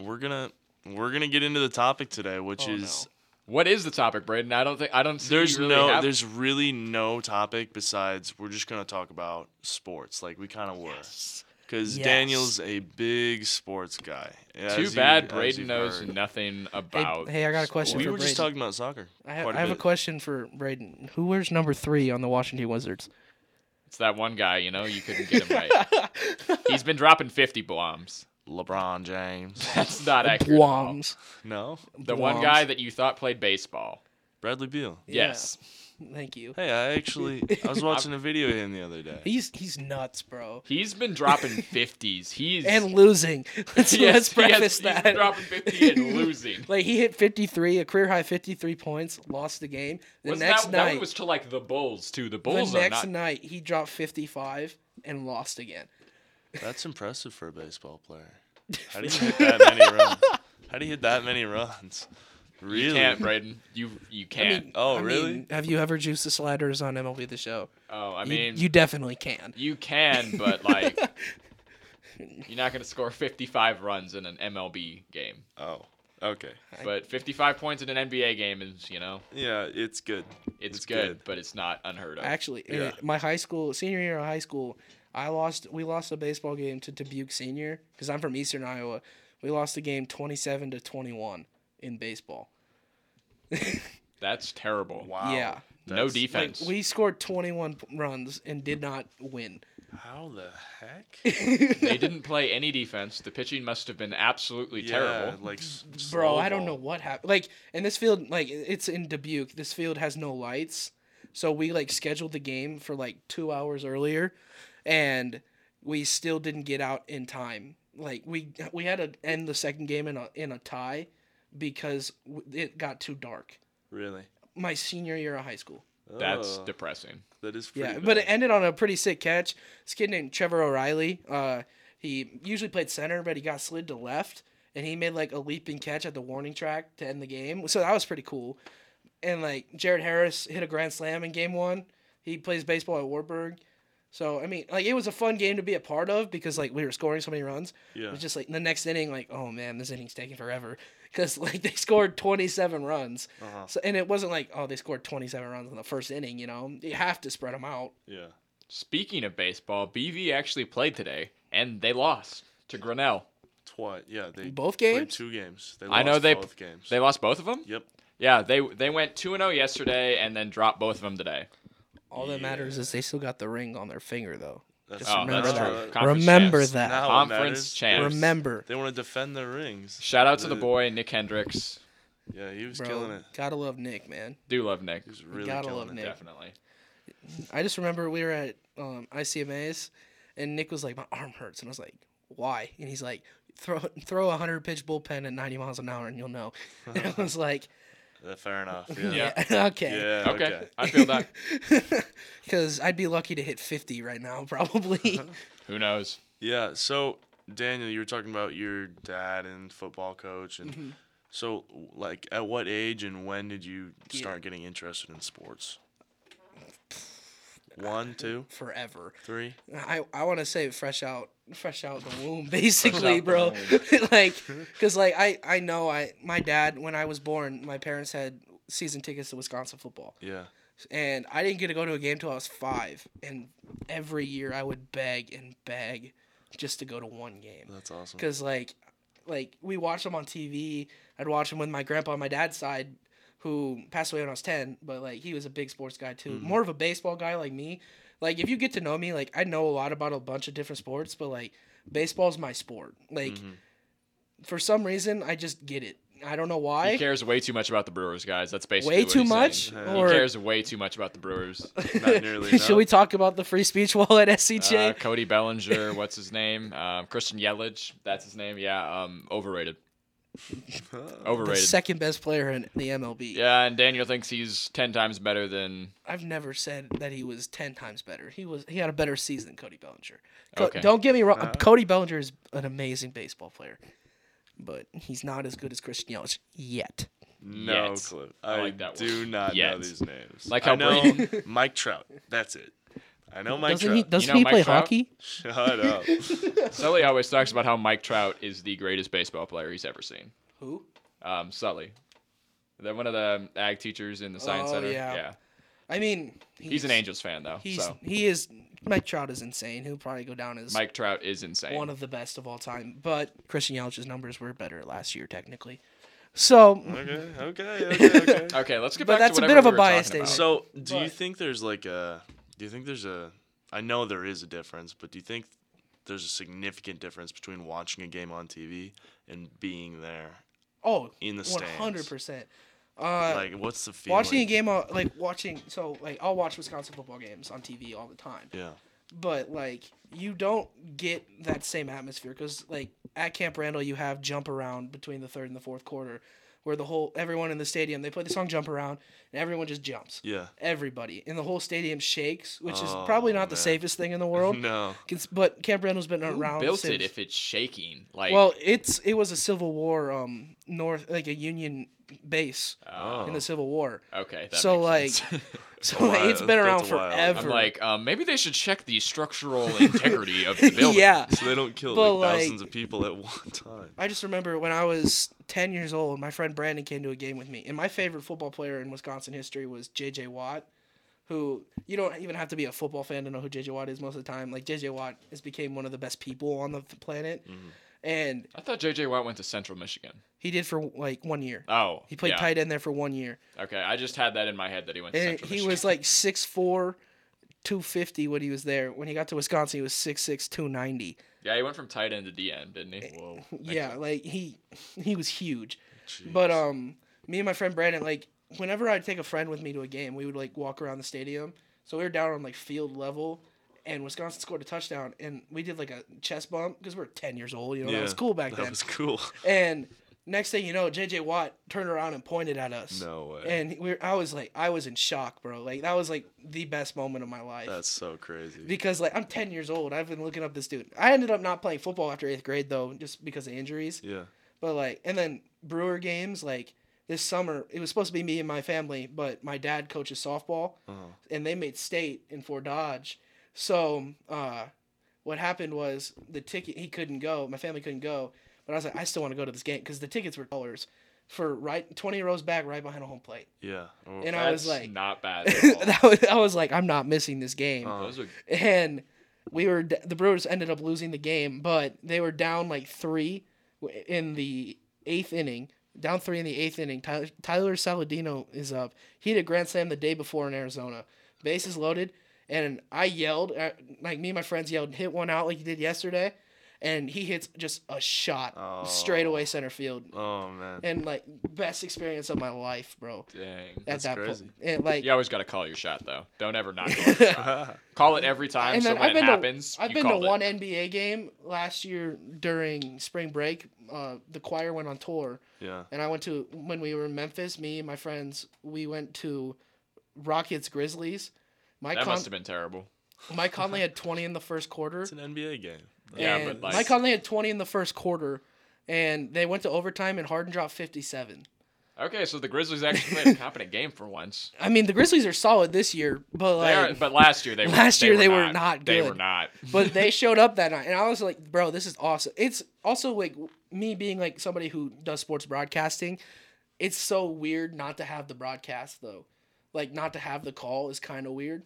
Speaker 2: We're gonna we're gonna get into the topic today, which
Speaker 3: Oh,
Speaker 2: is
Speaker 1: What is the topic, Braden? I don't think I don't. See
Speaker 2: there's
Speaker 1: really
Speaker 2: no
Speaker 1: have-
Speaker 2: there's really no topic besides we're just gonna talk about sports like we kind of were because
Speaker 3: Yes.
Speaker 2: Daniel's a big sports guy.
Speaker 1: Too
Speaker 2: as you-
Speaker 1: bad
Speaker 2: as
Speaker 1: Braden
Speaker 2: you've
Speaker 1: knows
Speaker 2: heard.
Speaker 1: nothing
Speaker 3: Hey,
Speaker 1: about.
Speaker 3: hey, I got a question
Speaker 2: We
Speaker 3: for
Speaker 2: were
Speaker 3: Braden.
Speaker 2: just talking about soccer.
Speaker 3: I have,
Speaker 2: quite
Speaker 3: I have a
Speaker 2: bit.
Speaker 3: question for Braden. Who wears number three on the Washington Wizards?
Speaker 1: It's that one guy, you know, you couldn't get him right. He's been dropping 50 bombs.
Speaker 2: LeBron James.
Speaker 1: That's not accurate. at all.
Speaker 3: Guams.
Speaker 2: no.
Speaker 1: The one
Speaker 3: Guams.
Speaker 1: guy that you thought played baseball.
Speaker 2: Bradley Beal.
Speaker 3: Yeah.
Speaker 1: Yes.
Speaker 3: Thank you.
Speaker 2: Hey, I actually I was watching a video of him the other day.
Speaker 3: He's he's nuts, bro.
Speaker 1: He's been dropping 50s. He's.
Speaker 3: And losing. Let's,
Speaker 1: Yes,
Speaker 3: let's
Speaker 1: he has-
Speaker 3: preface that.
Speaker 1: He's dropping 50 and losing.
Speaker 3: like he hit 53, a career high 53 points, lost the game. The
Speaker 1: Wasn't
Speaker 3: next
Speaker 1: that, that
Speaker 3: night,
Speaker 1: one was to like the Bulls, too. The
Speaker 3: the
Speaker 1: Bulls are
Speaker 3: next
Speaker 1: not.
Speaker 3: night he dropped 55 and lost again.
Speaker 2: That's impressive for a baseball player. How do you hit that many runs? How do you hit that many runs? Really?
Speaker 1: You can't, Braden. You, you can't.
Speaker 2: Oh, really?
Speaker 3: mean, have you ever juiced the sliders on MLB The Show?
Speaker 1: oh, I
Speaker 3: You-
Speaker 1: mean.
Speaker 3: you, definitely can.
Speaker 1: You can, but like you're not going to score 55 runs in an MLB game.
Speaker 2: oh, okay.
Speaker 1: But 55 points in an NBA game is, you know,
Speaker 2: Yeah, it's good.
Speaker 1: it's,
Speaker 2: It's
Speaker 1: good,
Speaker 2: good.
Speaker 1: but it's not unheard of.
Speaker 3: Actually, uh,
Speaker 2: Yeah.
Speaker 3: my high school senior year of high school, I lost. We lost a baseball game to Dubuque Senior because I'm from Eastern Iowa. We lost the game 27 to 21 in baseball.
Speaker 1: That's terrible.
Speaker 2: Wow.
Speaker 3: Yeah.
Speaker 1: No
Speaker 2: That's-
Speaker 1: defense.
Speaker 3: We scored 21 p- runs and did not win.
Speaker 2: How the heck?
Speaker 1: they didn't play any defense. The pitching must have been absolutely terrible.
Speaker 2: Like, s-
Speaker 3: Bro,
Speaker 2: slow
Speaker 3: I don't know
Speaker 2: ball.
Speaker 3: what happened. Like, and this field, like, it's in Dubuque. This field has no lights. So we, like, scheduled the game for, like, two hours earlier, and we still didn't get out in time. Like, we we had to end the second game in a, in a tie because w- it got too dark.
Speaker 2: Really?
Speaker 3: My senior year of high school.
Speaker 1: That's
Speaker 2: Oh,
Speaker 1: depressing.
Speaker 2: that is pretty
Speaker 3: Yeah, but it
Speaker 2: bad.
Speaker 3: ended on a pretty sick catch. This kid named Trevor O'Reilly. Uh, he usually played center, but he got slid to left, and he made like a leaping catch at the warning track to end the game. So that was pretty cool. And like Jared Harris hit a grand slam in game one. He plays baseball at Warburg. So I mean, like it was a fun game to be a part of because like we were scoring so many runs. It
Speaker 2: Yeah.
Speaker 3: was just like the next inning, like oh man, this inning's taking forever because like they scored 27 runs.
Speaker 2: Uh-huh.
Speaker 3: So and it wasn't like oh they scored 27 runs in the first inning. You know you have to spread them out.
Speaker 2: Yeah.
Speaker 1: Speaking of baseball, BV actually played today and they lost to Grinnell.
Speaker 2: Twice. Yeah. They
Speaker 3: Both
Speaker 2: played
Speaker 3: games.
Speaker 2: two games. They
Speaker 1: I know
Speaker 2: lost
Speaker 1: they-
Speaker 2: both games.
Speaker 1: They lost both of them?
Speaker 2: yep.
Speaker 1: Yeah, they they went 2 and 0 yesterday and then dropped both of them today.
Speaker 3: All that matters is they still got the ring on their finger though.
Speaker 2: That's
Speaker 1: Oh,
Speaker 3: remember
Speaker 1: that's
Speaker 3: that.
Speaker 1: true.
Speaker 2: Uh,
Speaker 1: Conference
Speaker 3: Remember
Speaker 1: champs.
Speaker 3: that.
Speaker 2: now it
Speaker 1: Conference
Speaker 2: matters.
Speaker 1: champs.
Speaker 3: Remember,
Speaker 2: They want to defend their rings.
Speaker 1: Shout out to the
Speaker 2: Uh,
Speaker 1: boy Nick Hendricks.
Speaker 2: Yeah, he was
Speaker 3: bro,
Speaker 2: killing it.
Speaker 3: gotta love Nick, man.
Speaker 1: Do love Nick.
Speaker 2: He was really
Speaker 3: gotta
Speaker 2: killing
Speaker 3: love
Speaker 2: it.
Speaker 3: Nick.
Speaker 1: Definitely.
Speaker 3: I just remember we were at um, ICMA's, and Nick was like, "My arm hurts," and I was like, "Why?" And he's like, "Throw throw a hundred pitch bullpen at ninety miles an hour, and you'll know." And I was like,
Speaker 2: Uh, fair enough. Yeah.
Speaker 1: Yeah.
Speaker 3: "Yeah,
Speaker 2: Yeah.
Speaker 3: okay,"
Speaker 1: Okay. I feel that.
Speaker 3: because I'd be lucky to hit fifty right now, probably.
Speaker 1: Who knows?
Speaker 2: Yeah. So Daniel, you were talking about your dad and football coach, and
Speaker 3: Mm-hmm.
Speaker 2: so like at what age and when did you
Speaker 3: Yeah.
Speaker 2: start getting interested in sports? One, two,
Speaker 3: Forever.
Speaker 2: three.
Speaker 3: I, I want to say fresh out fresh out the womb basically
Speaker 1: out the
Speaker 3: bro like because like I, I know I my dad when I was born my parents had season tickets to Wisconsin football
Speaker 2: Yeah.
Speaker 3: and I didn't get to go to a game till I was five. And every year I would beg and beg just to go to one game
Speaker 2: That's
Speaker 1: Mm.
Speaker 2: awesome.
Speaker 3: because like like we watched them on TV. I'd watch them with my grandpa on my dad's side, who passed away when I was ten. But like he was a big sports guy too,
Speaker 1: Mm-hmm.
Speaker 3: more of a baseball guy like me. Like if you get to know me, like I know a lot about a bunch of different sports, but like baseball's my sport. Like
Speaker 1: Mm-hmm.
Speaker 2: Mm-hmm.
Speaker 3: for some reason, I just get it. I don't know
Speaker 1: He
Speaker 3: why.
Speaker 1: cares way too much about the Brewers, guys. That's basically
Speaker 3: Way
Speaker 1: what
Speaker 3: too
Speaker 1: he's
Speaker 3: much,
Speaker 1: saying.
Speaker 3: or
Speaker 1: he cares way too much about the Brewers.
Speaker 2: Not nearly enough.
Speaker 3: should we talk about the free speech E wall at SCJ?
Speaker 1: Uh, Cody Bellinger, what's his name? Um, Christian Yelich, that's his name. Yeah, um, overrated.
Speaker 3: the
Speaker 1: Overrated.
Speaker 3: second best player in the MLB.
Speaker 1: yeah, and Daniel thinks he's ten times better than.
Speaker 3: I've never said that he was ten times better. He was he had a better season than Cody Bellinger. Co-
Speaker 1: Okay.
Speaker 3: Don't get me wrong. Cody Bellinger is an amazing baseball player, but he's not as good as Christian Yelich yet.
Speaker 2: No
Speaker 1: Yet.
Speaker 2: clue. I,
Speaker 1: I like that
Speaker 2: do
Speaker 1: one.
Speaker 2: not know
Speaker 1: Yet.
Speaker 2: these names.
Speaker 1: Like
Speaker 2: I
Speaker 1: how
Speaker 2: know Mike Trout. That's it. I know Mike
Speaker 3: doesn't
Speaker 2: Trout.
Speaker 3: he? Doesn't
Speaker 1: know
Speaker 3: he
Speaker 1: Mike
Speaker 3: play
Speaker 1: Trout?
Speaker 3: hockey?
Speaker 2: Shut up.
Speaker 1: Sully always talks about how Mike Trout is the greatest baseball player he's ever seen.
Speaker 3: Who?
Speaker 1: Um, Sully, they're one of the ag teachers in the science
Speaker 3: Oh,
Speaker 1: center.
Speaker 3: yeah. I mean,
Speaker 1: he's, an Angels fan though.
Speaker 3: He's
Speaker 1: so
Speaker 3: he is. Mike Trout is insane. He'll probably go down as
Speaker 1: Mike Trout is insane.
Speaker 3: one of the best of all time. But Christian Yelich's numbers were better last year technically. So
Speaker 2: okay, okay, okay, okay.
Speaker 1: okay, let's get
Speaker 3: But
Speaker 1: back.
Speaker 3: that's a
Speaker 1: to
Speaker 3: bit
Speaker 1: whatever
Speaker 3: of a
Speaker 1: we were talking
Speaker 3: bias statement.
Speaker 1: about.
Speaker 2: So, do you
Speaker 3: But-
Speaker 2: think there's like a? Do you think there's a? I know there is a difference, but do you think there's a significant difference between watching a game on TV and being there?
Speaker 3: oh,
Speaker 2: In the
Speaker 3: one
Speaker 2: stands.
Speaker 3: hundred percent. Uh,
Speaker 2: Like, what's the feeling?
Speaker 3: watching a game uh, like watching so like i'll watch wisconsin football games on tv all the time
Speaker 2: Yeah.
Speaker 3: but like you don't get that same atmosphere because like at camp randall you have jump around between the third and the fourth quarter where the whole everyone in the stadium they play the song jump around and everyone just jumps
Speaker 2: Yeah.
Speaker 3: everybody and the whole stadium shakes which is
Speaker 2: Oh,
Speaker 3: probably not the
Speaker 2: man.
Speaker 3: safest thing in the world
Speaker 2: No.
Speaker 3: Cons- but camp randall's been
Speaker 1: Who
Speaker 3: around
Speaker 1: built
Speaker 3: since
Speaker 1: it if it's shaking? Like,
Speaker 3: well it's it was a civil war um north like a union base
Speaker 1: Oh.
Speaker 3: in the civil war
Speaker 1: okay. That
Speaker 3: so
Speaker 1: makes
Speaker 3: like
Speaker 1: sense.
Speaker 3: so
Speaker 2: A while-
Speaker 3: like, it's been
Speaker 2: built a
Speaker 3: around
Speaker 2: while.
Speaker 3: forever
Speaker 1: I'm like, um, maybe they should check the structural integrity of the building.
Speaker 3: yeah
Speaker 2: So they don't kill
Speaker 3: But,
Speaker 2: like,
Speaker 3: like-
Speaker 2: thousands of people at one time.
Speaker 3: i just remember when i was 10 years old my friend brandon came to a game with me and my favorite football player in wisconsin history was jj watt who you don't even have to be a football fan to know who jj watt is most of the time like jj watt has became one of the best people on the f- planet
Speaker 1: Mm-hmm.
Speaker 3: and
Speaker 1: I thought JJ Watt went to Central Michigan.
Speaker 3: he did for like one year
Speaker 1: Oh,
Speaker 3: he played
Speaker 1: yeah.
Speaker 3: tight end there for one year
Speaker 1: Okay, I just had that in my head that he went to
Speaker 3: and
Speaker 1: Central
Speaker 3: he
Speaker 1: Michigan.
Speaker 3: was like 6'4 250 when he was there when he got to wisconsin he was 6'6 290
Speaker 1: yeah, he went from tight end to DN, didn't he?
Speaker 2: Whoa.
Speaker 3: yeah like he he was huge
Speaker 2: Jeez.
Speaker 3: But um, me and my friend Brandon, like, whenever I'd take a friend with me to a game, we would like walk around the stadium. So we were down on like field level, and Wisconsin scored a touchdown, and we did like a chest bump because we were ten years old. You know that was cool back
Speaker 2: That
Speaker 3: then.
Speaker 2: was cool.
Speaker 3: And next thing you know, J.J. Watt turned around and pointed at us.
Speaker 2: No way.
Speaker 3: And we, I was like, I was in shock, bro. Like that was like the best moment of my life.
Speaker 2: That's so crazy.
Speaker 3: because like I'm 10 years old, I've been looking up this dude. I ended up not playing football after eighth grade though, just because of injuries.
Speaker 2: yeah.
Speaker 3: But like, and then Brewer games like this summer, it was supposed to be me and my family, but my dad coaches softball,
Speaker 2: Uh-huh.
Speaker 3: and they made state in Fort Dodge. So uh, what happened was the ticket he couldn't go. My family couldn't go, but I was like, I still want to go to this game because the tickets were dollars for right twenty rows back, right behind a home plate.
Speaker 2: Yeah. Oh,
Speaker 3: And I was
Speaker 1: That's
Speaker 3: like,
Speaker 1: not bad. At all.
Speaker 3: that was, I was like, I'm not missing this game.
Speaker 2: Uh,
Speaker 1: Those are
Speaker 3: and we were d- the Brewers ended up losing the game, but they were down like three w- in the eighth inning. Down three in the eighth inning. Tyler, Tyler Saladino is up. He had a grand slam the day before in Arizona. Bases loaded, and I yelled uh, like me and my friends yelled, hit one out like you did yesterday, and he hits just a shot
Speaker 2: Oh.
Speaker 3: straight away center field,
Speaker 2: oh man.
Speaker 3: and like best experience of my life, bro.
Speaker 1: dang.
Speaker 3: At
Speaker 2: That's
Speaker 3: that
Speaker 2: crazy.
Speaker 3: point, and like
Speaker 1: You always got to call your shot though. Don't ever not call, your shot. call it every time.
Speaker 3: And
Speaker 1: so
Speaker 3: then
Speaker 1: when
Speaker 3: I've
Speaker 1: it
Speaker 3: been to-
Speaker 1: happens,
Speaker 3: I've
Speaker 1: you
Speaker 3: been to
Speaker 1: called it.
Speaker 3: one NBA game last year during spring break. Uh, the choir went on tour,
Speaker 2: Yeah.
Speaker 3: and I went to when we were in Memphis. Me and my friends, we went to Rockets Grizzlies. Mike
Speaker 1: That
Speaker 3: Con-
Speaker 1: must have been terrible.
Speaker 3: Mike Conley had twenty in the first quarter.
Speaker 2: It's an NBA game.
Speaker 1: Yeah,
Speaker 3: and
Speaker 1: but like-
Speaker 3: Mike Conley had twenty in the first quarter, and they went to overtime and Harden dropped fifty-seven.
Speaker 1: Okay, so the Grizzlies actually played a competent game for once.
Speaker 3: I mean, the Grizzlies are solid this year, but
Speaker 1: They are,
Speaker 3: like,
Speaker 1: but last year they were,
Speaker 3: last
Speaker 1: they
Speaker 3: year
Speaker 1: were
Speaker 3: they were
Speaker 1: not,
Speaker 3: not
Speaker 1: They
Speaker 3: good.
Speaker 1: were not.
Speaker 3: but they showed up that night and i was like bro this is awesome it's also like me being like somebody who does sports broadcasting it's so weird not to have the broadcast though like not to have the call is kind of weird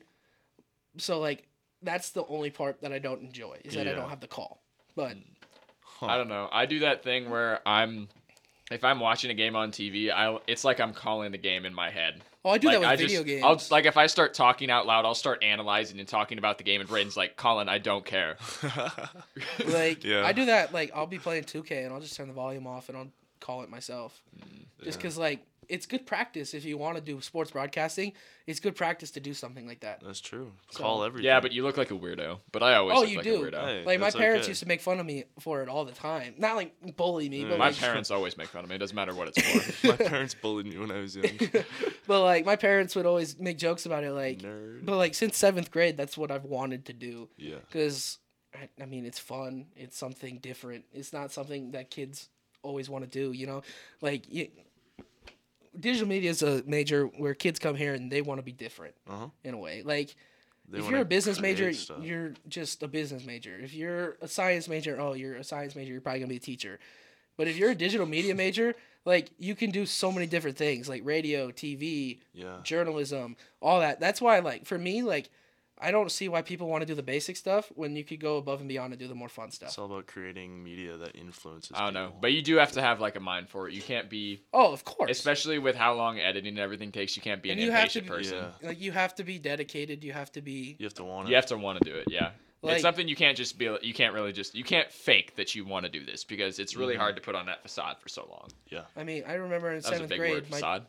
Speaker 3: so like that's the only part that i don't enjoy is that i
Speaker 2: Yeah.
Speaker 3: don't have the call
Speaker 1: Mm.
Speaker 3: but
Speaker 1: I don't know. I do that thing where I'm, if I'm watching a game on TV, I it's like I'm calling the game in my head.
Speaker 3: oh i do
Speaker 1: like,
Speaker 3: that with
Speaker 1: I
Speaker 3: video
Speaker 1: just,
Speaker 3: games
Speaker 1: I'll, like if I start talking out loud, I'll start analyzing and talking about the game, and Brayden's like, "Colin, I don't care."
Speaker 3: like
Speaker 2: Yeah.
Speaker 3: i do that like i'll be playing 2k and i'll just turn the volume off and i'll call it myself just because like it's good practice if you want to do sports broadcasting it's good practice to do something like that
Speaker 2: That's true. Call everything.
Speaker 1: yeah, but you look like a weirdo. But I always
Speaker 3: Oh,
Speaker 1: look
Speaker 3: you
Speaker 1: like
Speaker 3: do.
Speaker 1: a weirdo.
Speaker 2: Hey,
Speaker 3: like my
Speaker 2: that's
Speaker 3: parents
Speaker 2: okay.
Speaker 3: used to make fun of me for it all the time. Not like bully me, but
Speaker 1: My
Speaker 3: like,
Speaker 1: parents always make fun of me. It doesn't matter what it's for.
Speaker 2: My parents bullied me when I was young.
Speaker 3: but like my parents would always make jokes about it. Like,
Speaker 2: Nerd.
Speaker 3: but like since seventh grade, that's what I've wanted to do
Speaker 2: Yeah.
Speaker 3: because I, I mean it's fun. It's something different. It's not something that kids always want to do. You know, like you, digital media is a major where kids come here and they want to be different
Speaker 2: Uh-huh.
Speaker 3: in a way. Like
Speaker 2: They
Speaker 3: if
Speaker 2: wanna
Speaker 3: you're a business
Speaker 2: create
Speaker 3: major,
Speaker 2: stuff.
Speaker 3: you're just a business major. If you're a science major, oh, you're a science major, you're probably going to be a teacher. But if you're a digital media major, like you can do so many different things, like radio, TV,
Speaker 1: Uh.
Speaker 2: Yeah.
Speaker 3: journalism, all that. That's why like for me, like I don't see why people want to do the basic stuff when you could go above and beyond and do the more fun stuff.
Speaker 2: It's all about creating media that influences.
Speaker 1: I don't know,
Speaker 2: people.
Speaker 1: but you do have to have like a mind for it. You can't be,
Speaker 3: oh, of course.
Speaker 1: especially with how long editing and everything takes. You can't be
Speaker 3: And
Speaker 1: an
Speaker 3: you have to
Speaker 1: impatient
Speaker 3: be-
Speaker 1: person.
Speaker 2: Yeah.
Speaker 3: like you have to be dedicated, you have to be
Speaker 2: You have to want it.
Speaker 1: You have to want to do it, yeah.
Speaker 3: Like-
Speaker 1: it's something you can't just be. You can't really just. You can't fake that you want to do this because it's
Speaker 3: Mm-hmm.
Speaker 1: really hard to put on that facade for so long.
Speaker 3: I mean, I remember in
Speaker 1: That was a
Speaker 3: seventh
Speaker 1: big
Speaker 3: grade,
Speaker 1: word,
Speaker 3: my
Speaker 1: facade.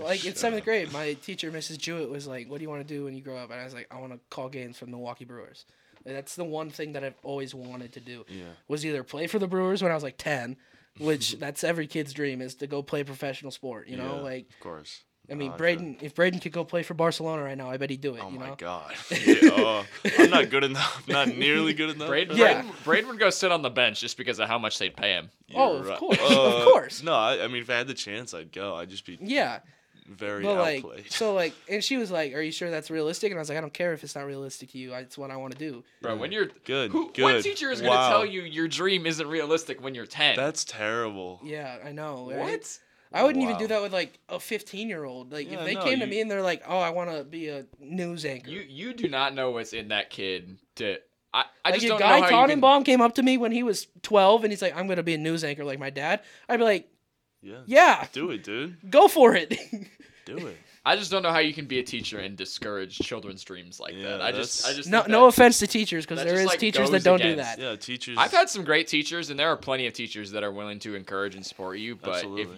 Speaker 3: like in seventh grade, my teacher, Mrs. Jewett, was like, "What do you want to do when you grow up?" And I was like, "I want to call games for the Milwaukee Brewers." Like, that's the one thing that I've always wanted to do.
Speaker 2: Yeah.
Speaker 3: Was either play for the Brewers when I was like ten, which that's every kid's dream is to go play professional sport. You know,
Speaker 2: Yeah,
Speaker 3: like
Speaker 2: Of course.
Speaker 3: I mean,
Speaker 2: feel-
Speaker 3: Braden, if Braden could go play for Barcelona right now, I bet he'd do it.
Speaker 2: Oh
Speaker 3: you
Speaker 2: my
Speaker 3: know?
Speaker 2: god. Yeah, oh, I'm not good enough. Not nearly good enough.
Speaker 1: Braden,
Speaker 3: Oh, Yeah.
Speaker 1: Braden, Braden would go sit on the bench just because of how much they'd pay him.
Speaker 2: You're
Speaker 3: Oh, of
Speaker 2: right. Uh,
Speaker 3: course, of course.
Speaker 2: No, I, I mean, if I had the chance, I'd go. I'd just be
Speaker 3: Yeah,
Speaker 2: very
Speaker 3: but like,
Speaker 2: outplayed.
Speaker 3: so like, and she was like, "Are you sure that's realistic?" And I was like, "I don't care if it's not realistic to you. It's what I want to do."
Speaker 1: Bro, when you're
Speaker 2: Good,
Speaker 1: who, what
Speaker 2: good.
Speaker 1: teacher is gonna
Speaker 2: Wow.
Speaker 1: tell you your dream isn't realistic when you're ten?
Speaker 2: That's terrible.
Speaker 3: Yeah, I know. right?
Speaker 1: what?
Speaker 3: I wouldn't even
Speaker 2: Wow.
Speaker 3: do that with like a 15 year old. Like
Speaker 2: Yeah,
Speaker 3: if they
Speaker 2: no,
Speaker 3: came to
Speaker 2: you-
Speaker 3: me and they're like, "Oh, I want to be a news anchor."
Speaker 1: You you do not know what's in that kid. To I, I
Speaker 3: like
Speaker 1: just
Speaker 3: if
Speaker 1: don't
Speaker 3: Guy
Speaker 1: know how you can-
Speaker 3: Tannenbaum came up to me when he was 12 and he's like, "I'm gonna be a news anchor like my dad," I'd be like,
Speaker 2: Yeah.
Speaker 3: "Yeah,
Speaker 2: Do it, dude.
Speaker 3: go for it."
Speaker 2: Do it.
Speaker 1: I just don't know how you can be a teacher and discourage children's dreams like
Speaker 2: Yeah,
Speaker 1: that. I just I
Speaker 2: that's-
Speaker 1: just
Speaker 3: no,
Speaker 1: think
Speaker 3: no
Speaker 1: that-
Speaker 3: offense to teachers because
Speaker 1: that
Speaker 3: there
Speaker 1: just,
Speaker 3: is
Speaker 1: like,
Speaker 3: teachers that
Speaker 1: goes
Speaker 3: don't do
Speaker 1: against-
Speaker 3: that.
Speaker 2: Yeah, teachers.
Speaker 1: I've had some great teachers, and there are plenty of teachers that are willing to encourage and support you. But
Speaker 2: absolutely.
Speaker 1: if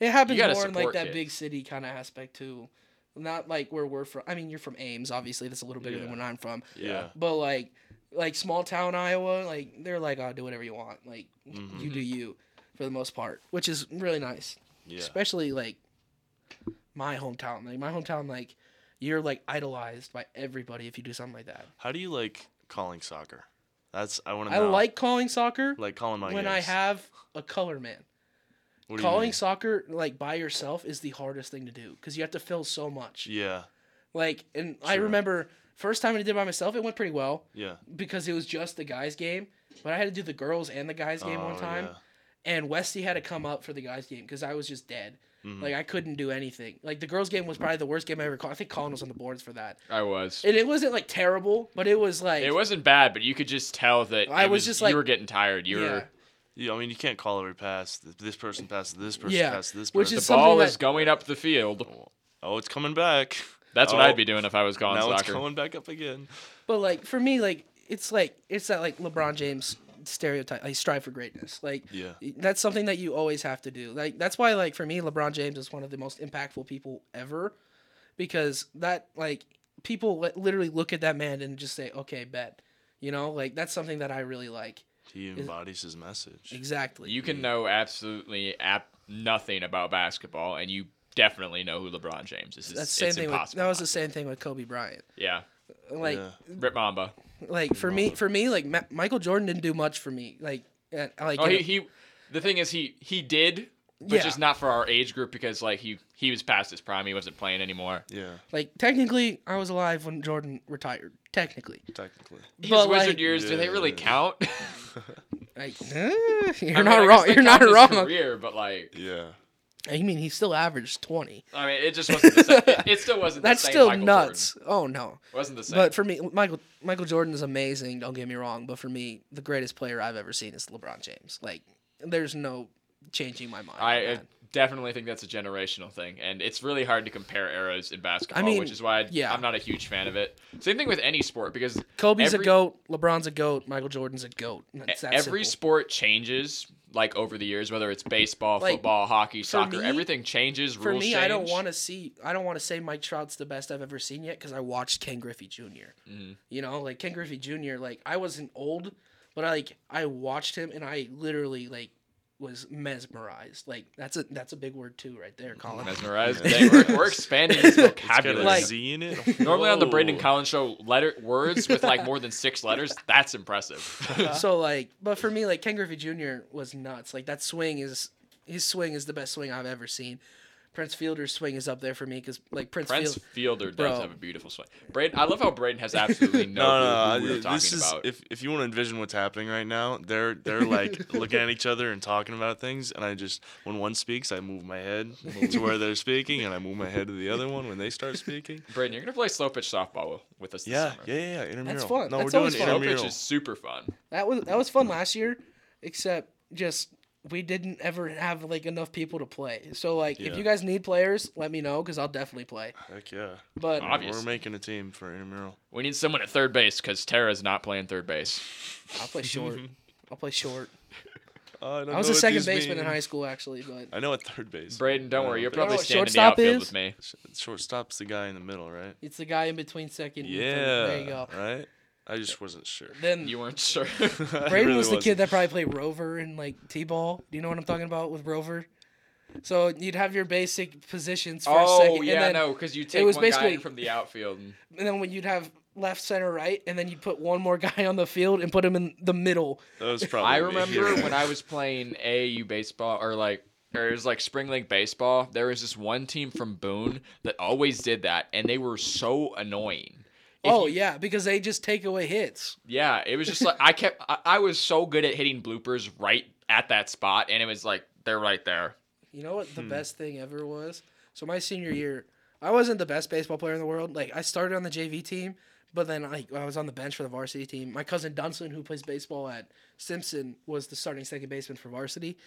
Speaker 3: It happens
Speaker 1: You gotta
Speaker 3: more in like
Speaker 1: support
Speaker 3: that
Speaker 1: kids.
Speaker 3: big city kind of aspect too. Not like where we're from. I mean, you're from Ames, obviously. That's a little bigger
Speaker 2: Yeah.
Speaker 3: than where I'm from.
Speaker 2: yeah.
Speaker 3: But like, like small town Iowa, like they're like, "Oh, do whatever you want. Like
Speaker 2: Mhm.
Speaker 3: you do you," for the most part, which is really nice.
Speaker 2: Yeah.
Speaker 3: especially like my hometown like my hometown like you're like idolized by everybody if you do something like that
Speaker 2: How do you like calling soccer? That's I want to
Speaker 3: i
Speaker 2: know.
Speaker 3: like calling soccer
Speaker 2: like calling my
Speaker 3: when i
Speaker 2: games.
Speaker 3: have a color man
Speaker 2: What do you
Speaker 3: calling
Speaker 2: mean?
Speaker 3: soccer like by yourself is the hardest thing to do because you have to fill so much
Speaker 2: Yeah.
Speaker 3: like and i
Speaker 2: Sure.
Speaker 3: remember First time I did it by myself, it went pretty well
Speaker 2: Yeah.
Speaker 3: because it was just the guys game. But I had to do the girls and the guys game one
Speaker 2: Oh,
Speaker 3: time,
Speaker 2: yeah.
Speaker 3: and Westy had to come up for the guys game because I was just dead.
Speaker 1: Mm-hmm.
Speaker 2: Mhm.
Speaker 3: Like I couldn't do anything. Like the girls game was probably the worst game I ever caught. I think Colin was on the boards for that,
Speaker 1: I was.
Speaker 3: and it wasn't like terrible, but it was like
Speaker 1: It wasn't bad, but you could just tell that
Speaker 3: I
Speaker 1: it
Speaker 3: was just like-
Speaker 1: you were getting tired. You
Speaker 3: Yeah.
Speaker 1: were
Speaker 2: Yeah, I mean, you can't call every pass. Th- This person passes this person
Speaker 3: Yeah,
Speaker 2: passes this person.
Speaker 3: which is
Speaker 1: the ball
Speaker 3: something
Speaker 1: is
Speaker 3: that-
Speaker 1: going up the field.
Speaker 2: oh, it's coming back.
Speaker 1: That's what
Speaker 2: Oh,
Speaker 1: I'd be doing if I was calling
Speaker 2: Now it's
Speaker 1: soccer.
Speaker 2: coming back up again.
Speaker 3: But like for me, like it's like it's that like LeBron James stereotype. Like strive for greatness. Like
Speaker 2: Yeah.
Speaker 3: that's something that you always have to do. Like that's why like for me, LeBron James is one of the most impactful people ever, because that like people li- literally look at that man and just say, okay, bet. You know, like that's something that I really like.
Speaker 2: He embodies his message.
Speaker 3: Exactly.
Speaker 1: You can know absolutely ap- nothing about basketball, and you definitely know who LeBron James is. It's,
Speaker 3: that's the same
Speaker 1: it's
Speaker 3: thing. With,
Speaker 1: impossible.
Speaker 3: that was the same thing with Kobe Bryant.
Speaker 1: yeah,
Speaker 3: Like
Speaker 2: Yeah.
Speaker 1: Rip Mamba.
Speaker 3: like for me for me like Ma- Michael Jordan didn't do much for me. Like uh, like
Speaker 1: Oh,
Speaker 3: in
Speaker 1: he,
Speaker 3: a-
Speaker 1: he. The thing is, he he did, but
Speaker 3: Yeah.
Speaker 1: just not for our age group because like he he was past his prime. He wasn't playing anymore.
Speaker 2: Yeah,
Speaker 3: like technically I was alive when Jordan retired. Technically.
Speaker 2: technically.
Speaker 1: His
Speaker 3: But,
Speaker 1: wizard
Speaker 3: like-
Speaker 1: years, do they really
Speaker 2: Yeah.
Speaker 1: count?
Speaker 3: Like, eh, you're
Speaker 1: I mean, I
Speaker 3: not
Speaker 1: guess
Speaker 3: wrong.
Speaker 1: they
Speaker 3: You're not
Speaker 1: count his
Speaker 3: wrong.
Speaker 1: Career, but like,
Speaker 2: Yeah.
Speaker 3: I mean, he still averaged 20.
Speaker 1: I mean, it just wasn't. The same. It, it still wasn't.
Speaker 3: That's
Speaker 1: the same
Speaker 3: still
Speaker 1: Michael
Speaker 3: nuts. Oh no.
Speaker 1: Jordan. Wasn't the same.
Speaker 3: But for me, Michael Michael Jordan is amazing. Don't get me wrong. But for me, the greatest player I've ever seen is LeBron James. Like, there's no changing my mind. on
Speaker 1: I uh,
Speaker 3: that.
Speaker 1: definitely think that's a generational thing, and it's really hard to compare eras in basketball,
Speaker 3: mean,
Speaker 1: which is why I'd-
Speaker 3: yeah.
Speaker 1: I'm not a huge fan of it. Same thing with any sport because
Speaker 3: Kobe's
Speaker 1: every- E-,
Speaker 3: a goat. LeBron's a goat. Michael Jordan's a goat. It's that
Speaker 1: every
Speaker 3: simple.
Speaker 1: sport changes like over the years, whether it's baseball,
Speaker 3: Like,
Speaker 1: football, hockey, soccer,
Speaker 3: me-
Speaker 1: everything changes.
Speaker 3: for
Speaker 1: rules
Speaker 3: me,
Speaker 1: change.
Speaker 3: I don't want to see. I don't want to say Mike Trout's the best I've ever seen yet because I watched Ken Griffey junior
Speaker 1: Mm-hmm.
Speaker 3: You know, like Ken Griffey Jr. Like I wasn't old, but I like I watched him and I literally like was mesmerized. Like that's a that's a big word too, right there,
Speaker 1: Mm-hmm.
Speaker 3: Colin.
Speaker 1: mesmerize. Dang, we're, we're expanding this
Speaker 2: It's got
Speaker 1: vocabulary.
Speaker 2: a
Speaker 3: Like-
Speaker 2: Z in it.
Speaker 1: Normally on the Braden
Speaker 2: Whoa.
Speaker 1: Collins show, letter words with like more than six letters. That's impressive.
Speaker 3: so like, but for me, like Ken Griffey Jr. was nuts. Like that swing is his swing is the best swing I've ever seen. Prince Fielder's swing is up there for me because like Prince,
Speaker 1: Prince
Speaker 3: Field,
Speaker 1: Fielder does
Speaker 3: Bro.
Speaker 1: have a beautiful swing. Braden, I love how Braden has absolutely no,
Speaker 2: No,
Speaker 1: clue
Speaker 2: no,
Speaker 1: who
Speaker 2: no.
Speaker 1: we
Speaker 2: I-
Speaker 1: were talking
Speaker 2: this is
Speaker 1: about.
Speaker 2: if if you want to envision what's happening right now, they're they're like looking at each other and talking about things, and I just when one speaks, I move my head to where they're speaking, and I move my head to the other one when they start speaking.
Speaker 1: Braden, you're gonna play slow pitch softball with us this
Speaker 2: Yeah,
Speaker 1: summer.
Speaker 2: yeah, yeah, yeah. Intramural.
Speaker 3: fun.
Speaker 2: No,
Speaker 3: That's
Speaker 2: we're
Speaker 3: always
Speaker 2: doing
Speaker 3: fun.
Speaker 1: Slow pitch
Speaker 2: intramural.
Speaker 1: is super fun.
Speaker 3: That was that was fun last year, except just we didn't ever have like enough people to play. So like,
Speaker 2: Yeah.
Speaker 3: if you guys need players, let me know because I'll definitely play.
Speaker 2: Heck yeah.
Speaker 3: But
Speaker 1: Aw.
Speaker 2: We're
Speaker 1: Obviously.
Speaker 2: making a team for intramural.
Speaker 1: We need someone at third base because Tara's not playing third base.
Speaker 3: I'll play short. I'll play short.
Speaker 2: Uh, I, don't
Speaker 3: I was
Speaker 2: know
Speaker 3: a
Speaker 2: what
Speaker 3: second
Speaker 2: these
Speaker 3: baseman in
Speaker 2: mean.
Speaker 3: high school actually, but
Speaker 2: I know at third base.
Speaker 1: Braden, don't
Speaker 2: I
Speaker 1: worry, you're
Speaker 2: know
Speaker 1: probably
Speaker 3: what
Speaker 1: standing in the
Speaker 3: Oh, shortstop
Speaker 1: outfield
Speaker 3: is?
Speaker 1: with me.
Speaker 2: Sh- Shortstop's the guy in the middle, right?
Speaker 3: it's the guy in between second. and
Speaker 2: Yeah.
Speaker 3: third. There you go.
Speaker 2: Right? I just wasn't sure.
Speaker 3: Then
Speaker 1: You weren't sure.
Speaker 2: I
Speaker 3: Braden
Speaker 2: really
Speaker 3: was the
Speaker 2: wasn't.
Speaker 3: kid that probably played Rover and like T-ball. Do you know what I'm talking about with Rover? So you'd have your basic positions first,
Speaker 1: oh
Speaker 3: second,
Speaker 1: yeah,
Speaker 3: and then
Speaker 1: no, because you take
Speaker 3: was
Speaker 1: one guy
Speaker 3: basically-
Speaker 1: in from the outfield. And
Speaker 3: and then when you'd have left, center, right, and then you'd put one more guy on the field and put him in the middle.
Speaker 2: That was probably.
Speaker 1: I
Speaker 2: me.
Speaker 1: remember
Speaker 2: Yeah.
Speaker 1: when I was playing AAU baseball or like or it was like spring league baseball. There was this one team from Boone that always did that, and they were so annoying. If
Speaker 3: oh
Speaker 1: you-
Speaker 3: yeah, because they just take away hits.
Speaker 1: yeah, it was just like I kept. I, I was so good at hitting bloopers right at that spot, and it was like they're right there.
Speaker 3: You know what the
Speaker 1: Hmm.
Speaker 3: best thing ever was? So my senior year, I wasn't the best baseball player in the world. Like I started on the JV team, but then like I was on the bench for the varsity team. My cousin Dunson, who plays baseball at Simpson, was the starting second baseman for varsity.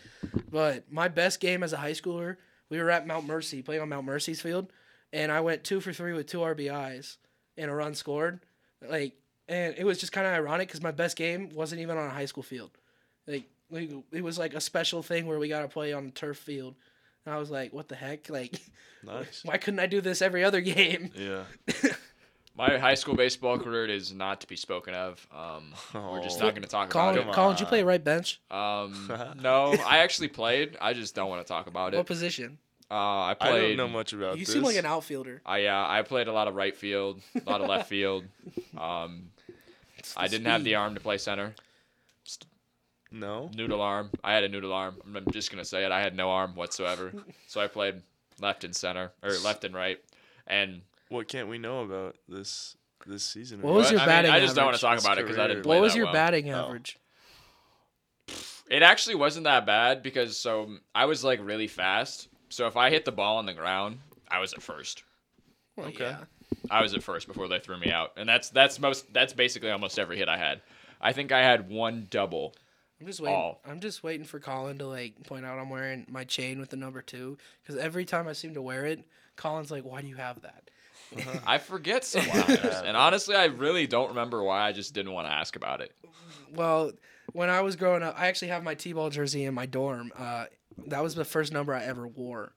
Speaker 3: But my best game as a high schooler, we were at Mount Mercy, playing on Mount Mercy's field, and I went two for three with two RBIs and a run scored. Like, and it was just kind of ironic because my best game wasn't even on a high school field. Like, like, it was like a special thing where we got to play on a turf field. And I was like, what the heck? Like,
Speaker 2: Nice.
Speaker 3: why couldn't I do this every other game?
Speaker 2: Yeah.
Speaker 1: My high school baseball career is not to be spoken of. Um, We're just
Speaker 2: Oh.
Speaker 1: not going to talk about
Speaker 3: Colin,
Speaker 1: it.
Speaker 2: Come
Speaker 3: Colin, did you
Speaker 2: on.
Speaker 3: play right bench?
Speaker 1: Um, no, I actually played. I Uh, just don't want to talk about
Speaker 3: What
Speaker 1: it.
Speaker 3: position?
Speaker 1: Uh, I
Speaker 2: I
Speaker 1: played.
Speaker 2: don't know much about
Speaker 3: You
Speaker 2: this.
Speaker 3: seem like an outfielder.
Speaker 1: I uh, I played a lot of right field, a lot of left field. Um, I didn't have the
Speaker 3: speed.
Speaker 1: arm to play center.
Speaker 2: No.
Speaker 1: Noodle arm. I had a noodle arm. I'm- I'm just gonna say it. I had no arm whatsoever. So I played left and center or left and right, and
Speaker 2: What can't we know about this this season.
Speaker 4: What was
Speaker 2: right?
Speaker 4: your
Speaker 1: I
Speaker 4: batting
Speaker 1: I just don't want
Speaker 4: average?
Speaker 1: to talk about it because I didn't.
Speaker 2: His
Speaker 1: Play
Speaker 4: What was
Speaker 1: that
Speaker 4: your
Speaker 1: well.
Speaker 4: batting
Speaker 2: Oh.
Speaker 4: average?
Speaker 1: It actually wasn't that bad because so I was like really fast. So if I hit the ball on the ground, I was at first.
Speaker 3: Well,
Speaker 2: Okay.
Speaker 3: yeah.
Speaker 1: I was at first before they threw me out, and that's that's most that's basically almost every hit I had. I think I had one double.
Speaker 3: I'm just waiting.
Speaker 1: Oh.
Speaker 3: I'm just waiting for Colin to like point out I'm wearing my chain with the number two because every time I seem to wear it, Colin's like, "Why do you have that?"
Speaker 1: I forget sometimes, and honestly, I really don't remember why. I just didn't want to ask about it.
Speaker 3: Well, when I was growing up, I actually have my T-ball jersey in my dorm. Uh, that was the first number I ever wore.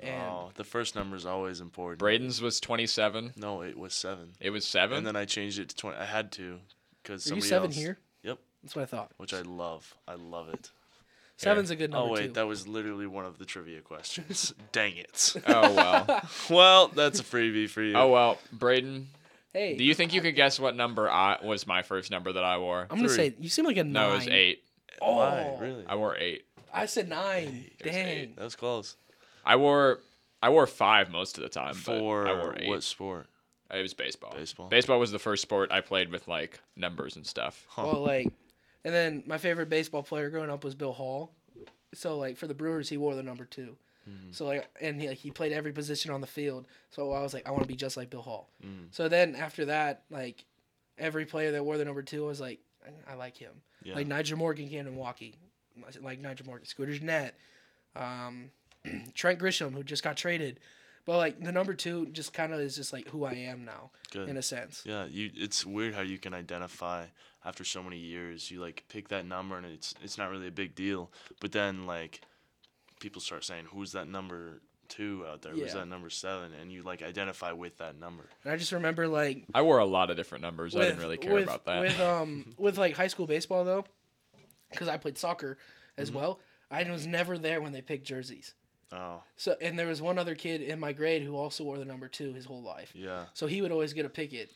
Speaker 3: And
Speaker 2: Oh, the first number is always important.
Speaker 1: Braden's was 27.
Speaker 2: No, it was seven.
Speaker 1: It was seven.
Speaker 2: And then I changed it to twenty. I had to, because
Speaker 3: are you
Speaker 2: somebody
Speaker 3: seven
Speaker 2: else-
Speaker 3: here?
Speaker 2: Yep,
Speaker 3: That's what I thought.
Speaker 2: which I love. I love it.
Speaker 3: Seven's a good number
Speaker 2: oh wait,
Speaker 3: too.
Speaker 2: that was literally one of the trivia questions. Dang it.
Speaker 1: oh well.
Speaker 2: well, that's a freebie for you.
Speaker 1: Oh well. Braden,
Speaker 3: hey,
Speaker 1: do you think you could guess what number I was my first number that I wore?
Speaker 3: I'm gonna
Speaker 2: three.
Speaker 3: say you seem like a nine.
Speaker 1: No, it was eight.
Speaker 3: Oh,
Speaker 2: Why? Really?
Speaker 1: I wore eight.
Speaker 3: I said nine.
Speaker 1: it was eight.
Speaker 3: Dang.
Speaker 2: That was close.
Speaker 1: I wore I wore five most of the time. but
Speaker 2: For
Speaker 1: I wore eight.
Speaker 2: what sport?
Speaker 1: It was baseball.
Speaker 2: Baseball.
Speaker 1: Baseball was the first sport I played with like numbers and stuff.
Speaker 3: Well, like, and then my favorite baseball player growing up was Bill Hall. So like for the Brewers, he wore the number 2
Speaker 2: Mm.
Speaker 3: So like, and he, like, he played every position on the field. So I was like, I want to be just like Bill Hall.
Speaker 2: Mm.
Speaker 3: So then after that, like every player that wore the number two, I was like, I- I like him.
Speaker 2: Yeah.
Speaker 3: Like Niger Morgan came to Milwaukee. Like Niger Morgan, Scooter Jeanette, um, Trent Grisham, who just got traded. But like the number two, just kind of is just like who I am now,
Speaker 2: Good.
Speaker 3: in a sense.
Speaker 2: Yeah, you. It's weird how you can identify after so many years. You like pick that number, and it's it's not really a big deal. But then like, people start saying, "Who's that number two out there? Who's
Speaker 3: Yeah.
Speaker 2: that number seven? And you like identify with that number.
Speaker 3: And I just remember like
Speaker 1: I wore a lot of different numbers. I didn't really care
Speaker 3: with-
Speaker 1: about that.
Speaker 3: With um, with like high school baseball though, because I played soccer as
Speaker 1: Mm-hmm.
Speaker 3: well. I was never there when they picked jerseys.
Speaker 2: Oh
Speaker 3: So and there was one other kid in my grade who also wore the number two his whole life.
Speaker 2: yeah,
Speaker 3: So he would always get a picket.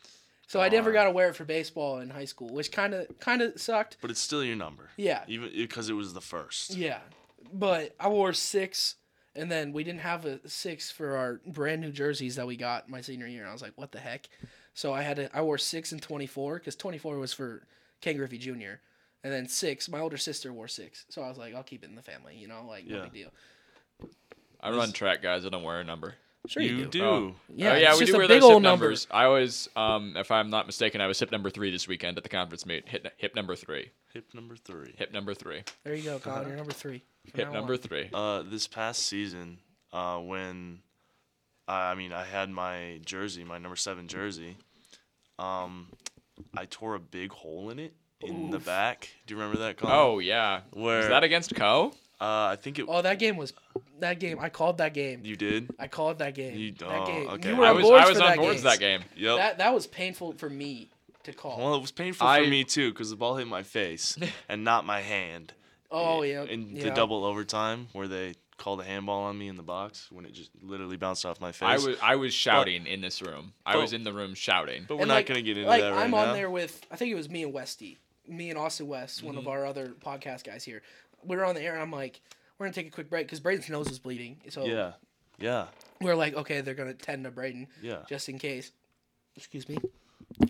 Speaker 3: So I never got to wear it for baseball in high school, which kind of kind of sucked.
Speaker 2: but it's still your number.
Speaker 3: Yeah,
Speaker 2: Even because it was the first.
Speaker 3: yeah. But I wore six, and then we didn't have a six for our brand new jerseys that we got my senior year. And I was like, what the heck? So I had to, I wore six and 24 because 24 was for Ken Griffey Jr. And then six, my older sister wore six. So I was like, I'll keep it in the family, you know, like, no
Speaker 2: Yeah.
Speaker 3: big deal.
Speaker 1: I run track, guys. I don't wear a number.
Speaker 3: Sure, you, do.
Speaker 1: Oh.
Speaker 3: Yeah,
Speaker 1: Oh, yeah,
Speaker 3: it's
Speaker 1: we
Speaker 3: just
Speaker 1: do
Speaker 3: a
Speaker 1: wear
Speaker 3: big
Speaker 1: those hip
Speaker 3: old number.
Speaker 1: numbers. I was, um, if I'm not mistaken, I was hip number three this weekend at the conference meet. Hip, hip number three.
Speaker 2: Hip number three.
Speaker 1: Hip number three.
Speaker 3: There you go, Colin. You're number three. from
Speaker 1: Hip
Speaker 3: now
Speaker 1: number
Speaker 3: on.
Speaker 1: three.
Speaker 2: Uh, this past season, uh, when I mean I had my jersey, my number seven jersey, um, I tore a big hole in it in the back. Do you remember that? Colin?
Speaker 1: Oh yeah.
Speaker 2: Where-
Speaker 1: was that against Co?
Speaker 2: uh, I think it.
Speaker 3: Oh, that game was, that game, I called that game.
Speaker 2: You did.
Speaker 3: I called that game.
Speaker 2: You-
Speaker 3: that
Speaker 2: oh,
Speaker 3: game.
Speaker 2: okay.
Speaker 3: You were
Speaker 1: I
Speaker 3: on
Speaker 1: was
Speaker 3: boards
Speaker 1: I was
Speaker 3: for
Speaker 1: on
Speaker 3: that
Speaker 1: boards that game.
Speaker 2: Yep.
Speaker 3: That that was painful for me to call.
Speaker 2: well, it was painful
Speaker 1: I-
Speaker 2: for me too because the ball hit my face and not my hand.
Speaker 3: oh yeah.
Speaker 2: In
Speaker 3: yeah.
Speaker 2: the double overtime where they called a handball on me in the box when it just literally bounced off my face.
Speaker 1: I was I was shouting in this room. I
Speaker 2: but-
Speaker 1: was in the room shouting.
Speaker 2: but we're
Speaker 3: And,
Speaker 2: not
Speaker 3: like-
Speaker 2: gonna get into
Speaker 3: like,
Speaker 2: that right
Speaker 3: I'm
Speaker 2: now.
Speaker 3: on there with I think it was me and Westy, me and Austin West, one
Speaker 2: Mm-hmm.
Speaker 3: of our other podcast guys here. We were on the air, and I'm like, we're gonna take a quick break because Braden's nose was bleeding. So
Speaker 2: Yeah. Yeah.
Speaker 3: we're like, okay, they're gonna tend to Braden,
Speaker 2: Yeah.
Speaker 3: just in case. Excuse me.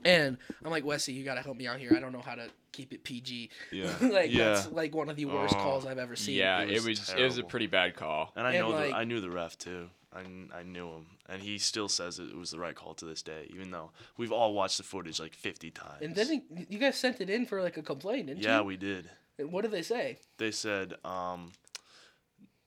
Speaker 3: And I'm like, Westy, you gotta help me out here. I don't know how to keep it PG.
Speaker 2: Yeah.
Speaker 3: like
Speaker 2: yeah.
Speaker 3: that's like one of the worst
Speaker 2: Oh.
Speaker 3: calls I've ever seen.
Speaker 1: yeah,
Speaker 2: it
Speaker 1: it
Speaker 2: was
Speaker 1: was it was a
Speaker 2: terrible.
Speaker 1: pretty bad call.
Speaker 2: And I
Speaker 3: And,
Speaker 2: know
Speaker 3: like-
Speaker 2: the, I knew the ref too. I, kn- I knew him, and he still says it was the right call to this day, even though we've all watched the footage like 50 times.
Speaker 3: And then it- you guys sent it in for like a complaint, didn't
Speaker 2: yeah,
Speaker 3: you?
Speaker 2: we did.
Speaker 3: And What did they say?
Speaker 2: They said, um,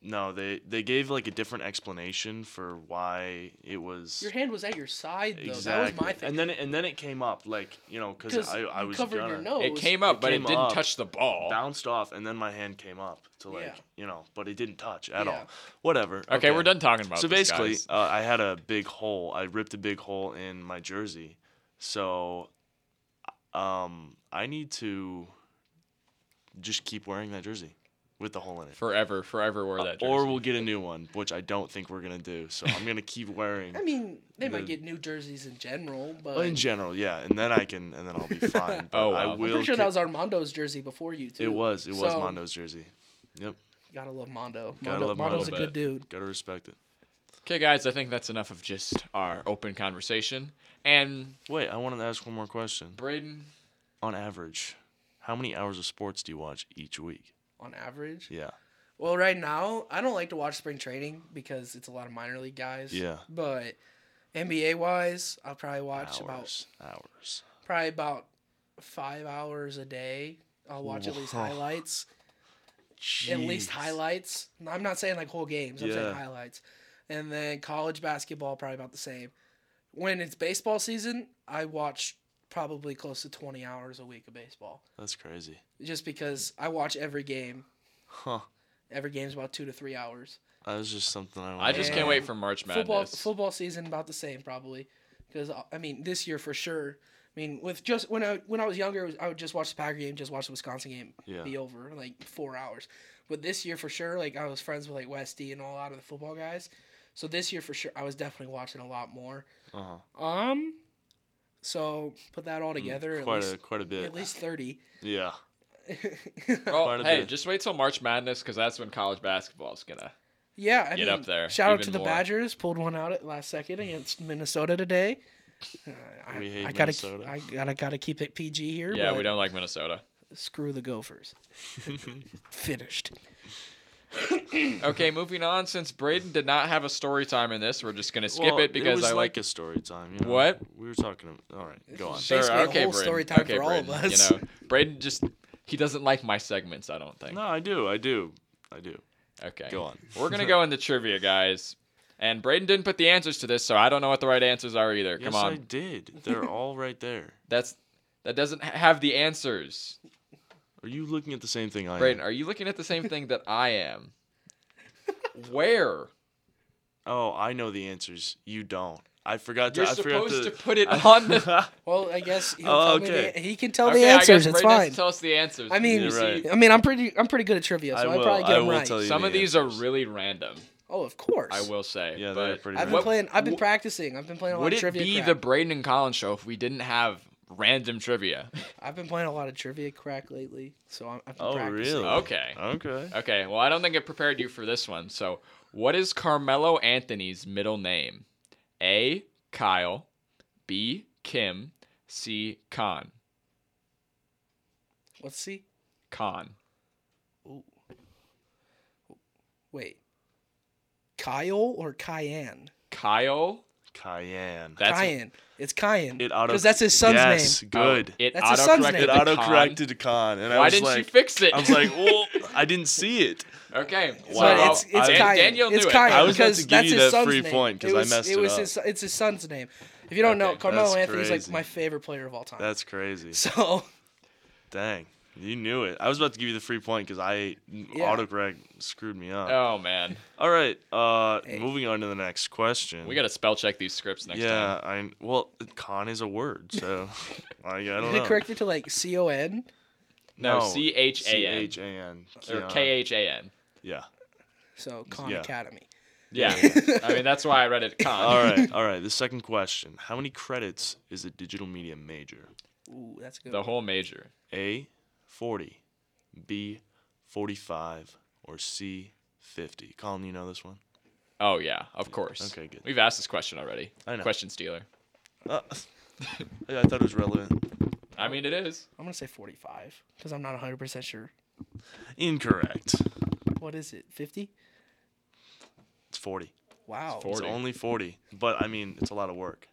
Speaker 2: no, they they gave like a different explanation for why it was
Speaker 3: Your hand was at your side, though.
Speaker 2: exactly.
Speaker 3: That was my thing.
Speaker 2: And then it, and then it came up like you know because
Speaker 3: 'Cause
Speaker 2: I I
Speaker 3: you
Speaker 2: was
Speaker 3: covered
Speaker 2: gonna,
Speaker 3: your nose.
Speaker 1: It came up,
Speaker 2: It
Speaker 1: but
Speaker 2: came
Speaker 1: it didn't
Speaker 2: up.
Speaker 1: touch the ball.
Speaker 2: Bounced off, and then my hand came up to like
Speaker 3: Yeah.
Speaker 2: you know, but it didn't touch at
Speaker 3: Yeah.
Speaker 2: all. Whatever.
Speaker 1: Okay, we're done talking about
Speaker 2: so
Speaker 1: this,
Speaker 2: basically
Speaker 1: guys.
Speaker 2: uh, i had a big hole i ripped a big hole in my jersey so um i need to just keep wearing that jersey with the hole in it
Speaker 1: forever, forever wear that.
Speaker 2: or
Speaker 1: jersey.
Speaker 2: we'll get a new one which i don't think we're gonna do so i'm gonna keep wearing
Speaker 3: I mean, they might
Speaker 2: the-
Speaker 3: get new jerseys in general, but
Speaker 2: in general yeah and then i can and then i'll be fine but
Speaker 1: Oh,
Speaker 2: i
Speaker 1: wow. I'm
Speaker 2: will
Speaker 3: I'm pretty sure
Speaker 2: keep-
Speaker 3: that was Armando's jersey before you too.
Speaker 2: it was it was
Speaker 3: So-
Speaker 2: mondo's jersey yep
Speaker 3: Gotta love Mondo.
Speaker 2: Gotta
Speaker 3: Mondo-
Speaker 2: love Mondo,
Speaker 3: Mondo's a
Speaker 1: but-
Speaker 3: good dude.
Speaker 2: gotta respect it
Speaker 1: Okay, guys, I think that's enough of just our open conversation. And
Speaker 2: Wait, I wanted to ask one more question.
Speaker 1: Braden,
Speaker 2: On average, how many hours of sports do you watch each week?
Speaker 3: on average.
Speaker 2: Yeah.
Speaker 3: Well, right now I don't like to watch spring training because it's a lot of minor league guys.
Speaker 2: Yeah.
Speaker 3: But NBA wise, I'll probably watch about
Speaker 2: hours. Hours.
Speaker 3: probably about five hours a day. I'll watch at least
Speaker 2: Wow.
Speaker 3: highlights. At least
Speaker 2: Jeez.
Speaker 3: highlights. I'm not saying like whole games. I'm
Speaker 2: Yeah.
Speaker 3: saying highlights. And then college basketball probably about the same. When it's baseball season, I watch probably close to 20 hours a week of baseball,
Speaker 2: That's crazy.
Speaker 3: just because I watch every game.
Speaker 2: Huh.
Speaker 3: Every game's about two to three hours.
Speaker 2: That was just something I wanted
Speaker 1: I just
Speaker 2: to
Speaker 1: can't
Speaker 2: know.
Speaker 1: wait for March Madness.
Speaker 3: Football football season about the same probably, because I mean this year for sure. I mean with just when I when I was younger, it was- I would just watch the Packer game, just watch the Wisconsin game,
Speaker 2: Yeah.
Speaker 3: be over in, like four hours. But this year for sure, like I was friends with like Westy and all out of the football guys, so this year for sure I was definitely watching a lot more.
Speaker 2: Uh-huh.
Speaker 3: Um, so put that all together
Speaker 2: Mm, Quite
Speaker 3: at least
Speaker 2: a quite a bit.
Speaker 3: at least thirty.
Speaker 2: Yeah. quite
Speaker 1: Oh,
Speaker 2: a
Speaker 1: hey,
Speaker 2: bit.
Speaker 1: just wait till March Madness because that's when college basketball's gonna.
Speaker 3: yeah, I
Speaker 1: Get
Speaker 3: mean,
Speaker 1: up there,
Speaker 3: Shout out
Speaker 1: even
Speaker 3: to the
Speaker 1: more.
Speaker 3: Badgers, pulled one out at last second against Minnesota today. Uh, I,
Speaker 2: We hate
Speaker 3: I gotta,
Speaker 2: Minnesota.
Speaker 3: I gotta gotta keep it PG here.
Speaker 1: Yeah,
Speaker 3: but
Speaker 1: we don't like Minnesota.
Speaker 3: Screw the Gophers. Finished.
Speaker 1: Okay, moving on. Since Braden did not have a story time in this, we're just gonna skip
Speaker 2: Well,
Speaker 1: it because
Speaker 2: was
Speaker 1: I like.
Speaker 2: a story time. You know?
Speaker 1: What?
Speaker 2: we were talking. About, all right, go on.
Speaker 3: Sure. basically a whole story time for all of
Speaker 1: Braden,
Speaker 3: us.
Speaker 1: You know, Braden just he doesn't like my segments. I don't think.
Speaker 2: No, I do. I do. I do.
Speaker 1: Okay.
Speaker 2: Go on.
Speaker 1: We're gonna go into trivia, guys. And Braden didn't put the answers to this, so I don't know what the right answers are either.
Speaker 2: Yes,
Speaker 1: Come on.
Speaker 2: I did. They're all right there.
Speaker 1: That's that doesn't ha- have the answers.
Speaker 2: Are you looking at the same thing I
Speaker 1: Braden,
Speaker 2: am?
Speaker 1: are you looking at the same thing that I am? Where?
Speaker 2: Oh, I know the answers. You don't. I forgot to.
Speaker 1: You're
Speaker 2: I forgot
Speaker 1: supposed to
Speaker 2: to.
Speaker 1: put it on the.
Speaker 3: Well, I guess he'll
Speaker 2: Oh,
Speaker 3: tell
Speaker 2: okay.
Speaker 3: me the, he can tell
Speaker 1: Okay,
Speaker 3: the
Speaker 1: I guess
Speaker 3: answers. It's
Speaker 1: Braden has to
Speaker 3: fine.
Speaker 1: Tell us the answers.
Speaker 3: I mean,
Speaker 2: You're right.
Speaker 3: I mean, I'm pretty, I'm pretty good at trivia, so
Speaker 2: I
Speaker 3: I,
Speaker 2: will-
Speaker 3: probably get
Speaker 2: I
Speaker 3: 'em
Speaker 2: will
Speaker 3: right.
Speaker 2: tell you.
Speaker 1: some
Speaker 2: the
Speaker 1: of these are
Speaker 2: answers.
Speaker 1: really random.
Speaker 3: Oh, of course.
Speaker 1: I will say.
Speaker 2: Yeah, they're
Speaker 1: but
Speaker 2: pretty
Speaker 3: I've been
Speaker 2: What-
Speaker 3: playing. I've been practicing. I've been playing a lot
Speaker 1: Would
Speaker 3: of
Speaker 1: it
Speaker 3: trivia.
Speaker 1: be
Speaker 3: crap.
Speaker 1: the Braden and Colin show if we didn't have random trivia?
Speaker 3: I've been playing a lot of trivia crack lately, so I'm, I've been
Speaker 2: Oh,
Speaker 3: practicing.
Speaker 2: really?
Speaker 1: Okay.
Speaker 2: Okay.
Speaker 1: Okay, well, I don't think it prepared you for this one. So, what is Carmelo Anthony's middle name? A. Kyle. B. Kim. C. Khan.
Speaker 3: Let's see.
Speaker 1: Khan.
Speaker 3: Wait. Kyle or Cayenne?
Speaker 1: Kyle.
Speaker 2: Cayenne.
Speaker 1: That's
Speaker 3: Cayenne. It's Cayenne.
Speaker 2: it auto.
Speaker 3: Because that's his son's
Speaker 2: yes,
Speaker 3: name.
Speaker 2: Good.
Speaker 1: Oh, it
Speaker 3: That's his son's
Speaker 1: autocorrected
Speaker 2: it
Speaker 3: name.
Speaker 1: the
Speaker 2: auto
Speaker 1: Khan.
Speaker 2: corrected con, and I
Speaker 1: Why
Speaker 2: was
Speaker 1: didn't
Speaker 2: like,
Speaker 1: you fix it?
Speaker 2: I was like, well, I didn't see it.
Speaker 1: okay.
Speaker 2: Wow.
Speaker 3: But it's it's
Speaker 2: I-
Speaker 3: Cayenne.
Speaker 1: Daniel
Speaker 3: it's
Speaker 1: knew it.
Speaker 3: Cayenne
Speaker 2: I was about
Speaker 3: because
Speaker 2: to give
Speaker 3: that's
Speaker 2: you
Speaker 3: his
Speaker 2: that
Speaker 3: son's
Speaker 2: free
Speaker 3: name.
Speaker 2: point 'cause
Speaker 3: It
Speaker 2: I
Speaker 3: was-
Speaker 2: messed
Speaker 3: it
Speaker 2: it
Speaker 3: was
Speaker 2: up.
Speaker 3: His, it's his son's name. If you don't know,
Speaker 1: Okay,
Speaker 3: Carmelo
Speaker 2: that's
Speaker 3: Anthony's
Speaker 2: crazy.
Speaker 3: like my favorite player of all time.
Speaker 2: That's crazy.
Speaker 3: so
Speaker 2: Dang, you knew it. I was about to give you the free point because I autocorrect screwed me up.
Speaker 1: Oh man,
Speaker 2: All right, uh,
Speaker 3: Hey.
Speaker 2: moving on to the next question.
Speaker 1: we gotta spell check these scripts next time.
Speaker 2: yeah, I well, con is a word, so I, I don't
Speaker 3: did
Speaker 2: know.
Speaker 3: it correct it to like C O N?
Speaker 1: No,
Speaker 2: No,
Speaker 1: C H
Speaker 2: C
Speaker 1: A N
Speaker 2: H A N.
Speaker 1: or K H A N.
Speaker 2: Yeah.
Speaker 3: So Khan
Speaker 2: Yeah.
Speaker 3: Academy.
Speaker 1: Yeah, I mean that's why I read it. Khan.
Speaker 2: All right, all right. The second question: How many credits is a digital media major?
Speaker 3: Ooh, that's a good.
Speaker 1: The
Speaker 3: one.
Speaker 1: whole major.
Speaker 2: A, forty. B, forty-five. Or C, fifty. Colin, you know this one?
Speaker 1: Oh yeah, of course.
Speaker 2: Okay, good.
Speaker 1: We've asked this question already.
Speaker 2: I know.
Speaker 1: Question stealer.
Speaker 2: Uh, I thought it was relevant.
Speaker 1: I mean it is.
Speaker 3: I'm gonna say 45 because I'm not 100 percent sure.
Speaker 2: Incorrect.
Speaker 3: What is it? 50?
Speaker 2: It's forty.
Speaker 3: Wow.
Speaker 1: 40.
Speaker 2: It's only 40. But I mean, it's a lot of work.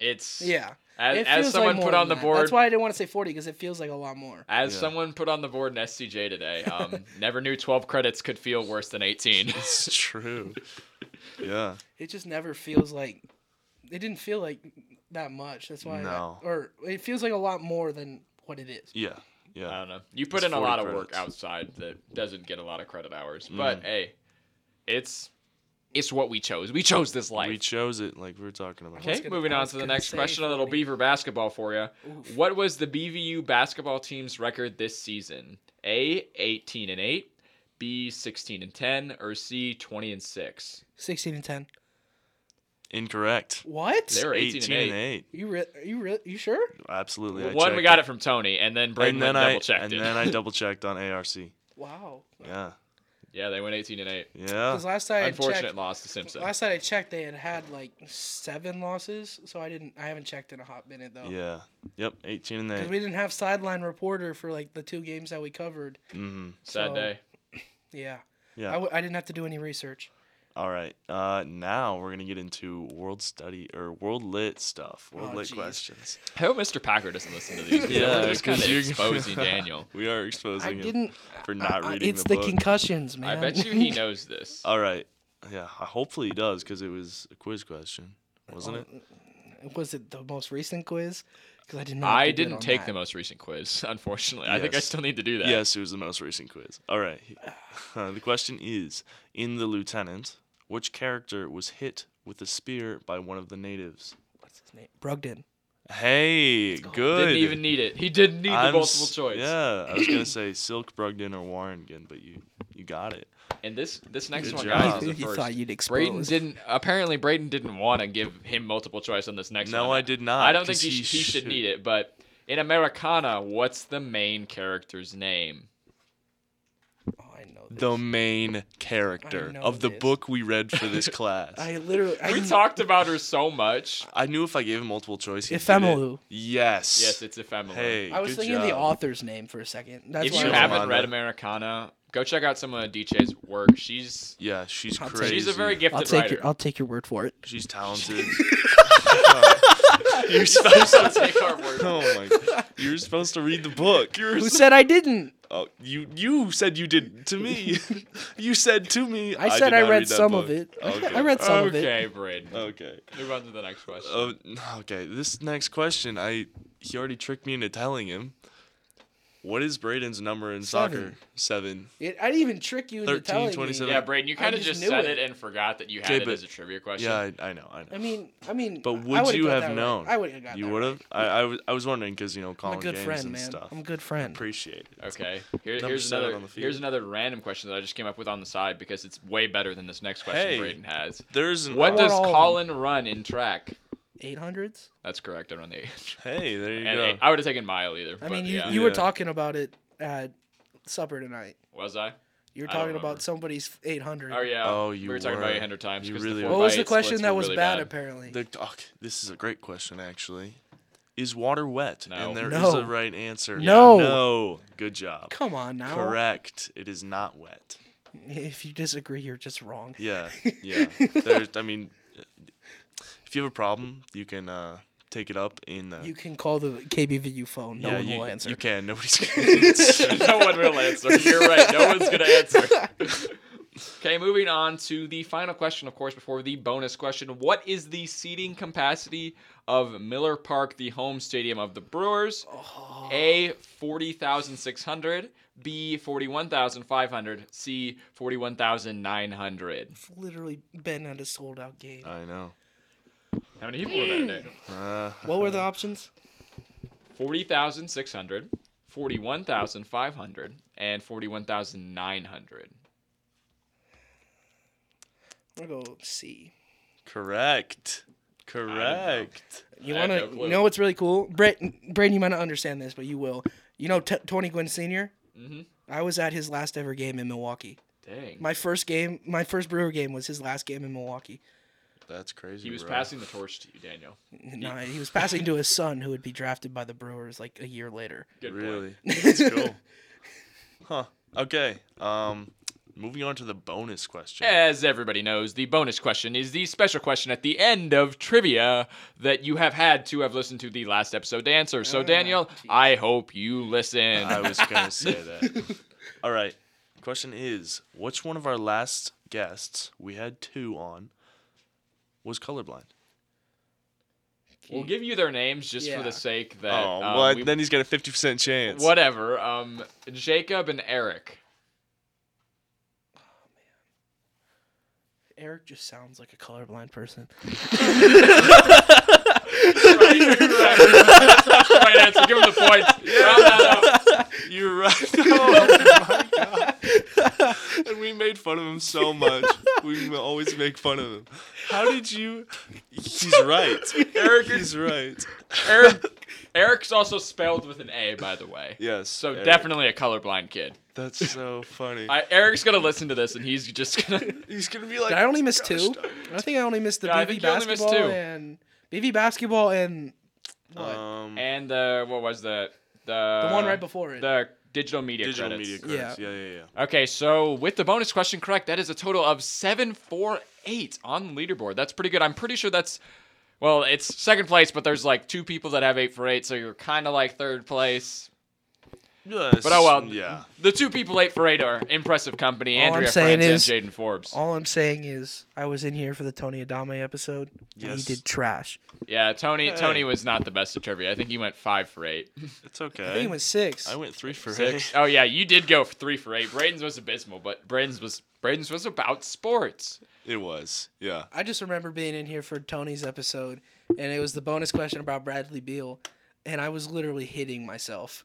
Speaker 1: It's
Speaker 3: Yeah.
Speaker 1: As, as
Speaker 3: It feels like
Speaker 1: someone
Speaker 3: more
Speaker 1: put
Speaker 3: than
Speaker 1: on the
Speaker 3: that.
Speaker 1: board,
Speaker 3: That's why I didn't want to say 40 because it feels like a lot more.
Speaker 1: as
Speaker 2: Yeah.
Speaker 1: someone put on the board in SCJ today, um, never knew 12 credits could feel worse than 18.
Speaker 2: It's true. yeah.
Speaker 3: It just never feels like it didn't feel like that much. That's why I-
Speaker 2: No.
Speaker 3: or it feels like a lot more than what it is.
Speaker 2: Yeah. Yeah.
Speaker 1: I don't know. You put
Speaker 2: It's
Speaker 1: in a
Speaker 2: 40
Speaker 1: lot of work
Speaker 2: credits.
Speaker 1: outside that doesn't get a lot of credit hours. But hey, it's it's what we chose. We chose this life.
Speaker 2: We chose it like we were talking about.
Speaker 1: Okay,
Speaker 3: gonna-
Speaker 1: moving
Speaker 3: I
Speaker 1: on
Speaker 3: was
Speaker 1: to the
Speaker 3: gonna
Speaker 1: next
Speaker 3: say
Speaker 1: question. A little
Speaker 3: 40.
Speaker 1: Beaver basketball for you.
Speaker 3: Oof.
Speaker 1: What was the BVU basketball team's record this season? A, 18 and 8, B, 16 and 10, or C, 20 and 6?
Speaker 3: 16 and 10.
Speaker 2: Incorrect.
Speaker 3: What?
Speaker 1: They were 18, and 8.
Speaker 3: You re- are you re- you sure?
Speaker 2: Absolutely. I
Speaker 1: One, we
Speaker 2: checked
Speaker 1: got it from Tony, and then Braden
Speaker 2: and then
Speaker 1: went and
Speaker 2: I
Speaker 1: double checked
Speaker 2: and
Speaker 1: it. Uh,
Speaker 2: then I double checked on ARC.
Speaker 3: Wow.
Speaker 2: Yeah.
Speaker 1: Yeah, they went 18 and 8.
Speaker 2: Yeah.
Speaker 3: Because last time I
Speaker 1: Unfortunate
Speaker 3: checked,
Speaker 1: loss to Simpson.
Speaker 3: last time I checked, they had had like seven losses. So I didn't. I haven't checked in a hot minute though.
Speaker 2: Yeah. Yep. 18 and 8.
Speaker 3: Because we didn't have sideline reporter for like the two games that we covered.
Speaker 2: mm-hmm.
Speaker 1: Sad
Speaker 3: so-
Speaker 1: day.
Speaker 3: Yeah.
Speaker 2: Yeah.
Speaker 3: I, w- I didn't have to do any research.
Speaker 2: All right. Uh, now we're gonna get into world study or world lit stuff. World
Speaker 3: Oh,
Speaker 2: lit
Speaker 3: jeez.
Speaker 2: questions.
Speaker 1: I hope Mr. Packer doesn't listen to these. 'cause
Speaker 2: Yeah,
Speaker 1: we're just kind of
Speaker 2: 'cause you-
Speaker 1: exposing Daniel.
Speaker 2: We are exposing
Speaker 3: I
Speaker 2: him
Speaker 3: didn't.
Speaker 2: for not
Speaker 3: I- I-
Speaker 2: reading
Speaker 3: it's
Speaker 2: the
Speaker 3: the,
Speaker 2: book.
Speaker 3: concussions, man.
Speaker 1: I bet you he knows this.
Speaker 2: All right. Yeah. I- Hopefully he does because it was a quiz question, wasn't
Speaker 1: Oh,
Speaker 2: it?
Speaker 3: Was it the most recent quiz? Because I did not.
Speaker 1: I
Speaker 3: do good
Speaker 1: didn't
Speaker 3: on
Speaker 1: take
Speaker 3: that.
Speaker 1: the most recent quiz, unfortunately. I think I
Speaker 2: Yes.
Speaker 1: still need to do that.
Speaker 2: Yes, it was the most recent quiz. All right. uh, the question is: In the Lieutenant, which character was hit with a spear by one of the natives?
Speaker 3: What's his name? Brugden.
Speaker 2: Hey, good.
Speaker 1: Didn't even need it. He didn't need
Speaker 2: I'm
Speaker 1: the multiple
Speaker 2: s-
Speaker 1: choice.
Speaker 2: Yeah, I was gonna say Silk Brugden or Warrengan, but you you got it.
Speaker 1: And this this next
Speaker 2: Good
Speaker 1: one,
Speaker 2: job.
Speaker 1: guys,
Speaker 2: You-
Speaker 1: is the
Speaker 3: you
Speaker 1: first.
Speaker 3: thought you'd
Speaker 1: Braden
Speaker 3: expose.
Speaker 1: didn't. Apparently, Braden didn't want to give him multiple choice on this next one.
Speaker 2: No, I did not.
Speaker 1: I don't think
Speaker 2: 'cause
Speaker 1: he, sh- he should need it. But in Americana, what's the main character's name?
Speaker 3: Oh, I know this.
Speaker 2: The main character
Speaker 3: I know
Speaker 2: of the
Speaker 3: this.
Speaker 2: book we read for this class.
Speaker 3: I literally. I,
Speaker 1: We talked about her so much.
Speaker 2: I knew if I gave him multiple choice, he'd get it.
Speaker 3: Ephemeru.
Speaker 2: Yes.
Speaker 1: Yes, it's ephemeral.
Speaker 2: Hey,
Speaker 3: I was
Speaker 2: good
Speaker 3: thinking of the
Speaker 2: job.
Speaker 3: author's name for a second. That's
Speaker 1: if
Speaker 3: why
Speaker 1: you
Speaker 3: I was
Speaker 1: haven't
Speaker 2: on
Speaker 1: read
Speaker 2: that.
Speaker 1: Americana, go check out some of DJ's work. She's
Speaker 2: Yeah, she's
Speaker 3: I'll take-
Speaker 2: crazy.
Speaker 1: she's a very
Speaker 3: I'll
Speaker 1: gifted
Speaker 3: take
Speaker 1: writer.
Speaker 3: your I'll take your word for it.
Speaker 2: She's talented.
Speaker 1: You're supposed to take our word.
Speaker 2: oh my! God. You're supposed to read the book. You're
Speaker 3: Who said I didn't?
Speaker 2: oh, you you said you did to me. you said to me.
Speaker 3: I said
Speaker 2: did
Speaker 3: I
Speaker 2: not
Speaker 3: read
Speaker 2: read that
Speaker 3: some of
Speaker 2: book.
Speaker 3: it.
Speaker 2: Okay.
Speaker 3: I read some of it.
Speaker 1: Okay, Braden.
Speaker 2: Okay.
Speaker 1: Move on to the next question.
Speaker 2: Oh, okay. This next question, I he already tricked me into telling him. What is Braden's number in soccer? Seven.
Speaker 3: it. I didn't even trick you into
Speaker 2: 13,
Speaker 3: telling me.
Speaker 2: 27.
Speaker 1: yeah, Braden, you
Speaker 3: I
Speaker 1: kind of just,
Speaker 3: just knew
Speaker 1: said it.
Speaker 3: it.
Speaker 1: and forgot that you had
Speaker 2: Okay,
Speaker 1: it
Speaker 2: but-
Speaker 1: as a trivia question.
Speaker 2: Yeah, I, I know. I know.
Speaker 3: I mean, I mean. I
Speaker 2: but would
Speaker 3: would've
Speaker 2: you
Speaker 3: got
Speaker 2: have
Speaker 3: that right.
Speaker 2: known?
Speaker 3: I would have got
Speaker 2: You
Speaker 3: that
Speaker 2: would
Speaker 3: right.
Speaker 2: have. I I was I was wondering because you know
Speaker 3: I'm
Speaker 2: Colin
Speaker 3: a good
Speaker 2: Games
Speaker 3: friend,
Speaker 2: and
Speaker 3: man.
Speaker 2: stuff.
Speaker 3: I'm a good friend.
Speaker 2: Appreciate it.
Speaker 1: Okay. Here,
Speaker 2: Number
Speaker 1: here's
Speaker 2: seven
Speaker 1: another
Speaker 2: on the field.
Speaker 1: here's another random question that I just came up with on the side because it's way better than this next question
Speaker 2: Hey.
Speaker 1: Braden has.
Speaker 2: There's an
Speaker 1: What
Speaker 3: want
Speaker 1: does
Speaker 3: all of them.
Speaker 1: Colin run in track?
Speaker 3: Eight hundreds.
Speaker 1: That's correct. I run the eight.
Speaker 2: Hey, there you
Speaker 1: And
Speaker 2: go.
Speaker 1: eight- I would have taken mile either.
Speaker 3: I
Speaker 1: but
Speaker 3: mean, you,
Speaker 1: yeah.
Speaker 3: you were
Speaker 2: Yeah.
Speaker 3: talking about it at supper tonight.
Speaker 1: was I?
Speaker 3: You were
Speaker 1: I don't
Speaker 3: talking
Speaker 1: remember.
Speaker 3: about somebody's eight hundred.
Speaker 1: Oh yeah.
Speaker 2: Oh, you
Speaker 1: we were talking about
Speaker 2: were.
Speaker 1: it a hundred times.
Speaker 2: You
Speaker 1: 'cause the
Speaker 2: really
Speaker 1: four
Speaker 2: were.
Speaker 3: What
Speaker 1: by
Speaker 3: was the
Speaker 1: eight
Speaker 3: question
Speaker 1: splits
Speaker 3: that
Speaker 1: were
Speaker 3: was
Speaker 1: really
Speaker 3: bad, Apparently,
Speaker 2: The- oh, this is a great question actually. Is water wet?
Speaker 1: No.
Speaker 2: And there is
Speaker 3: No.
Speaker 2: a right answer.
Speaker 3: No.
Speaker 2: No. Good job.
Speaker 3: come on now.
Speaker 2: Correct. It is not wet.
Speaker 3: If you disagree, you're just wrong.
Speaker 2: Yeah, yeah. There's, I mean, if you have a problem, you can uh, take it up in the.
Speaker 3: You can call the KBVU phone. No
Speaker 2: yeah,
Speaker 3: one
Speaker 2: you,
Speaker 3: will answer.
Speaker 2: You can. Nobody's gonna.
Speaker 1: no one will answer. You're right. No one's gonna answer. okay, moving on to the final question, of course, before the bonus question. What is the seating capacity of Miller Park, the home stadium of the Brewers?
Speaker 3: Oh,
Speaker 1: A forty thousand six hundred. B forty one thousand five hundred. C forty one thousand nine hundred.
Speaker 3: It's literally been at a sold out game.
Speaker 2: I know.
Speaker 1: How many people were that day?
Speaker 2: Uh,
Speaker 3: what were the options?
Speaker 1: Forty thousand six hundred. 41,500 and 41,900.
Speaker 3: I'm gonna go C.
Speaker 2: correct. Correct.
Speaker 3: You
Speaker 1: I have
Speaker 3: want
Speaker 1: no
Speaker 3: to
Speaker 1: clue.
Speaker 3: you know what's really cool? Brett, Brandon, you might not understand this, but you will. You know, t- Tony Gwynn Senior.
Speaker 1: Mhm.
Speaker 3: I was at his last ever game in Milwaukee.
Speaker 1: Dang.
Speaker 3: My first game, my first Brewer game was his last game in Milwaukee.
Speaker 2: That's crazy.
Speaker 1: He was
Speaker 2: bro.
Speaker 1: passing the torch to you, Daniel.
Speaker 3: No, he was passing to his son, who would be drafted by the Brewers like a year later.
Speaker 1: Good
Speaker 2: really.
Speaker 1: point.
Speaker 2: That's cool. Huh. Okay. Um, moving on to the bonus question.
Speaker 1: As everybody knows, the bonus question is the special question at the end of trivia that you have had to have listened to the last episode to answer. So, Daniel, I hope you listen.
Speaker 2: I was gonna say that. All right. Question is, which one of our last guests, we had two on, was colorblind?
Speaker 1: we'll give you their names just for
Speaker 3: Yeah.
Speaker 1: the sake that.
Speaker 2: Oh,
Speaker 1: um, we-
Speaker 2: then he's got a fifty percent chance.
Speaker 1: whatever. Um, Jacob and Eric.
Speaker 3: Eric just sounds like a colorblind person.
Speaker 1: Right, you're right. That's the right answer. Give him the points. Round that up.
Speaker 2: You're right. Oh my God. and we made fun of him so much. We always make fun of him. How did you? He's right. Eric is right.
Speaker 1: Eric, Eric's also spelled with an A, by the way.
Speaker 2: Yes.
Speaker 1: So
Speaker 2: Eric.
Speaker 1: definitely a colorblind kid.
Speaker 2: That's so funny.
Speaker 1: I, Eric's gonna listen to this, and he's just gonna.
Speaker 2: He's gonna be like.
Speaker 3: Did I only miss
Speaker 2: "Gosh,
Speaker 3: two?
Speaker 2: darn it."
Speaker 3: I think I only missed the
Speaker 1: Yeah, I
Speaker 3: BV
Speaker 1: think you only missed
Speaker 3: basketball
Speaker 1: two.
Speaker 3: and BV basketball and what?
Speaker 2: Um,
Speaker 1: And uh, what was the the
Speaker 3: the one right before it.
Speaker 1: the digital media
Speaker 2: digital
Speaker 1: credits.
Speaker 2: media credits. Yeah. yeah, yeah,
Speaker 1: Okay, so with the bonus question correct, that is a total of seven four eight on the leaderboard. That's pretty good. I'm pretty sure that's well, it's second place, but there's like two people that have eight for eight, so you're kind of like third place.
Speaker 2: Yes,
Speaker 1: But oh well.
Speaker 2: Yeah.
Speaker 1: The two people eight for eight are impressive company.
Speaker 3: All I'm
Speaker 1: Andrea
Speaker 3: saying
Speaker 1: France and Jaden Forbes.
Speaker 3: All I'm saying is I was in here for the Tony Adame episode. And
Speaker 2: Yes.
Speaker 3: he did trash.
Speaker 1: Yeah, Tony.
Speaker 2: Hey.
Speaker 1: Tony was not the best at trivia. I think he went five for eight.
Speaker 2: It's
Speaker 3: I think
Speaker 2: okay.
Speaker 3: it was six.
Speaker 2: I went three for
Speaker 1: Six.
Speaker 2: eight.
Speaker 1: Oh yeah, you did go for three for eight. Braden's was abysmal, but Braden's was Braden's was about sports.
Speaker 2: It was. Yeah.
Speaker 3: I just remember being in here for Tony's episode, and it was the bonus question about Bradley Beal, and I was literally hitting myself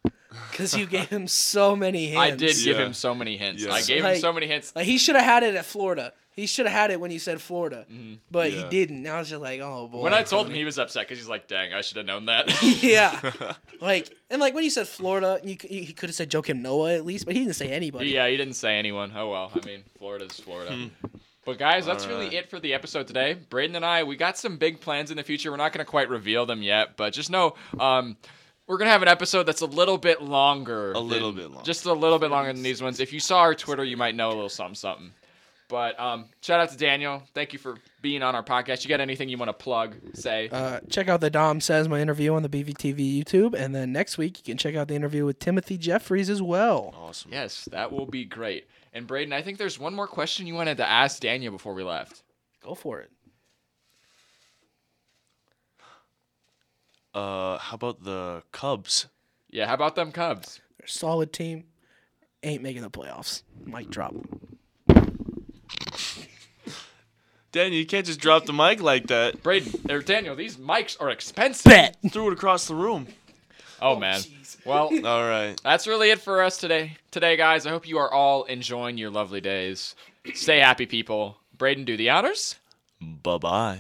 Speaker 3: because you gave him so many hints.
Speaker 1: I did give
Speaker 2: Yeah.
Speaker 1: him so many hints.
Speaker 2: Yeah.
Speaker 1: I gave
Speaker 3: Like-
Speaker 1: him so many hints.
Speaker 3: Like he should have had it at Florida. He should have had it when you said Florida, but
Speaker 2: Yeah.
Speaker 3: he didn't. Now it's just like, oh boy.
Speaker 1: Mm-hmm. When I told him, he was upset because he's like, "Dang, I should have known that."
Speaker 3: yeah, like and like when you said Florida, you, c- you- he could have said Joakim Noah at least, but he didn't say anybody.
Speaker 1: yeah, he didn't say anyone. Oh well. I mean, Florida's
Speaker 2: Hmm.
Speaker 1: Florida. But guys, that's really it for the episode today. Braden and I, we got some big plans in the future. We're not gonna quite reveal them yet, but just know, um, we're gonna have an episode that's a little bit longer.
Speaker 2: A little
Speaker 1: than-
Speaker 2: bit longer.
Speaker 1: Just a little bit longer than these ones. If you saw our Twitter, you might know a little something something. But um, shout out to Daniel. Thank you for being on our podcast. You got anything you want to plug? Say.
Speaker 3: Uh, check out the Dom says my interview on the BVTV YouTube, and then next week you can check out the interview with Timothy Jeffries as well.
Speaker 2: Awesome.
Speaker 1: yes, that will be great. And Braden, I think there's one more question you wanted to ask Daniel before we left.
Speaker 3: Go for it.
Speaker 2: Uh, how about the Cubs?
Speaker 1: Yeah, how about them Cubs?
Speaker 3: They're a solid team. Ain't making the playoffs. Mic drop.
Speaker 2: Daniel, you can't just drop the mic like that.
Speaker 1: Braden or Daniel, these mics are expensive.
Speaker 3: Bet.
Speaker 2: Threw it across the room.
Speaker 1: Oh man. Well,
Speaker 2: All right.
Speaker 1: that's really it for us today. Today, guys, I hope you are all enjoying your lovely days. Stay happy, people. Braden, do the honors.
Speaker 2: Bye bye.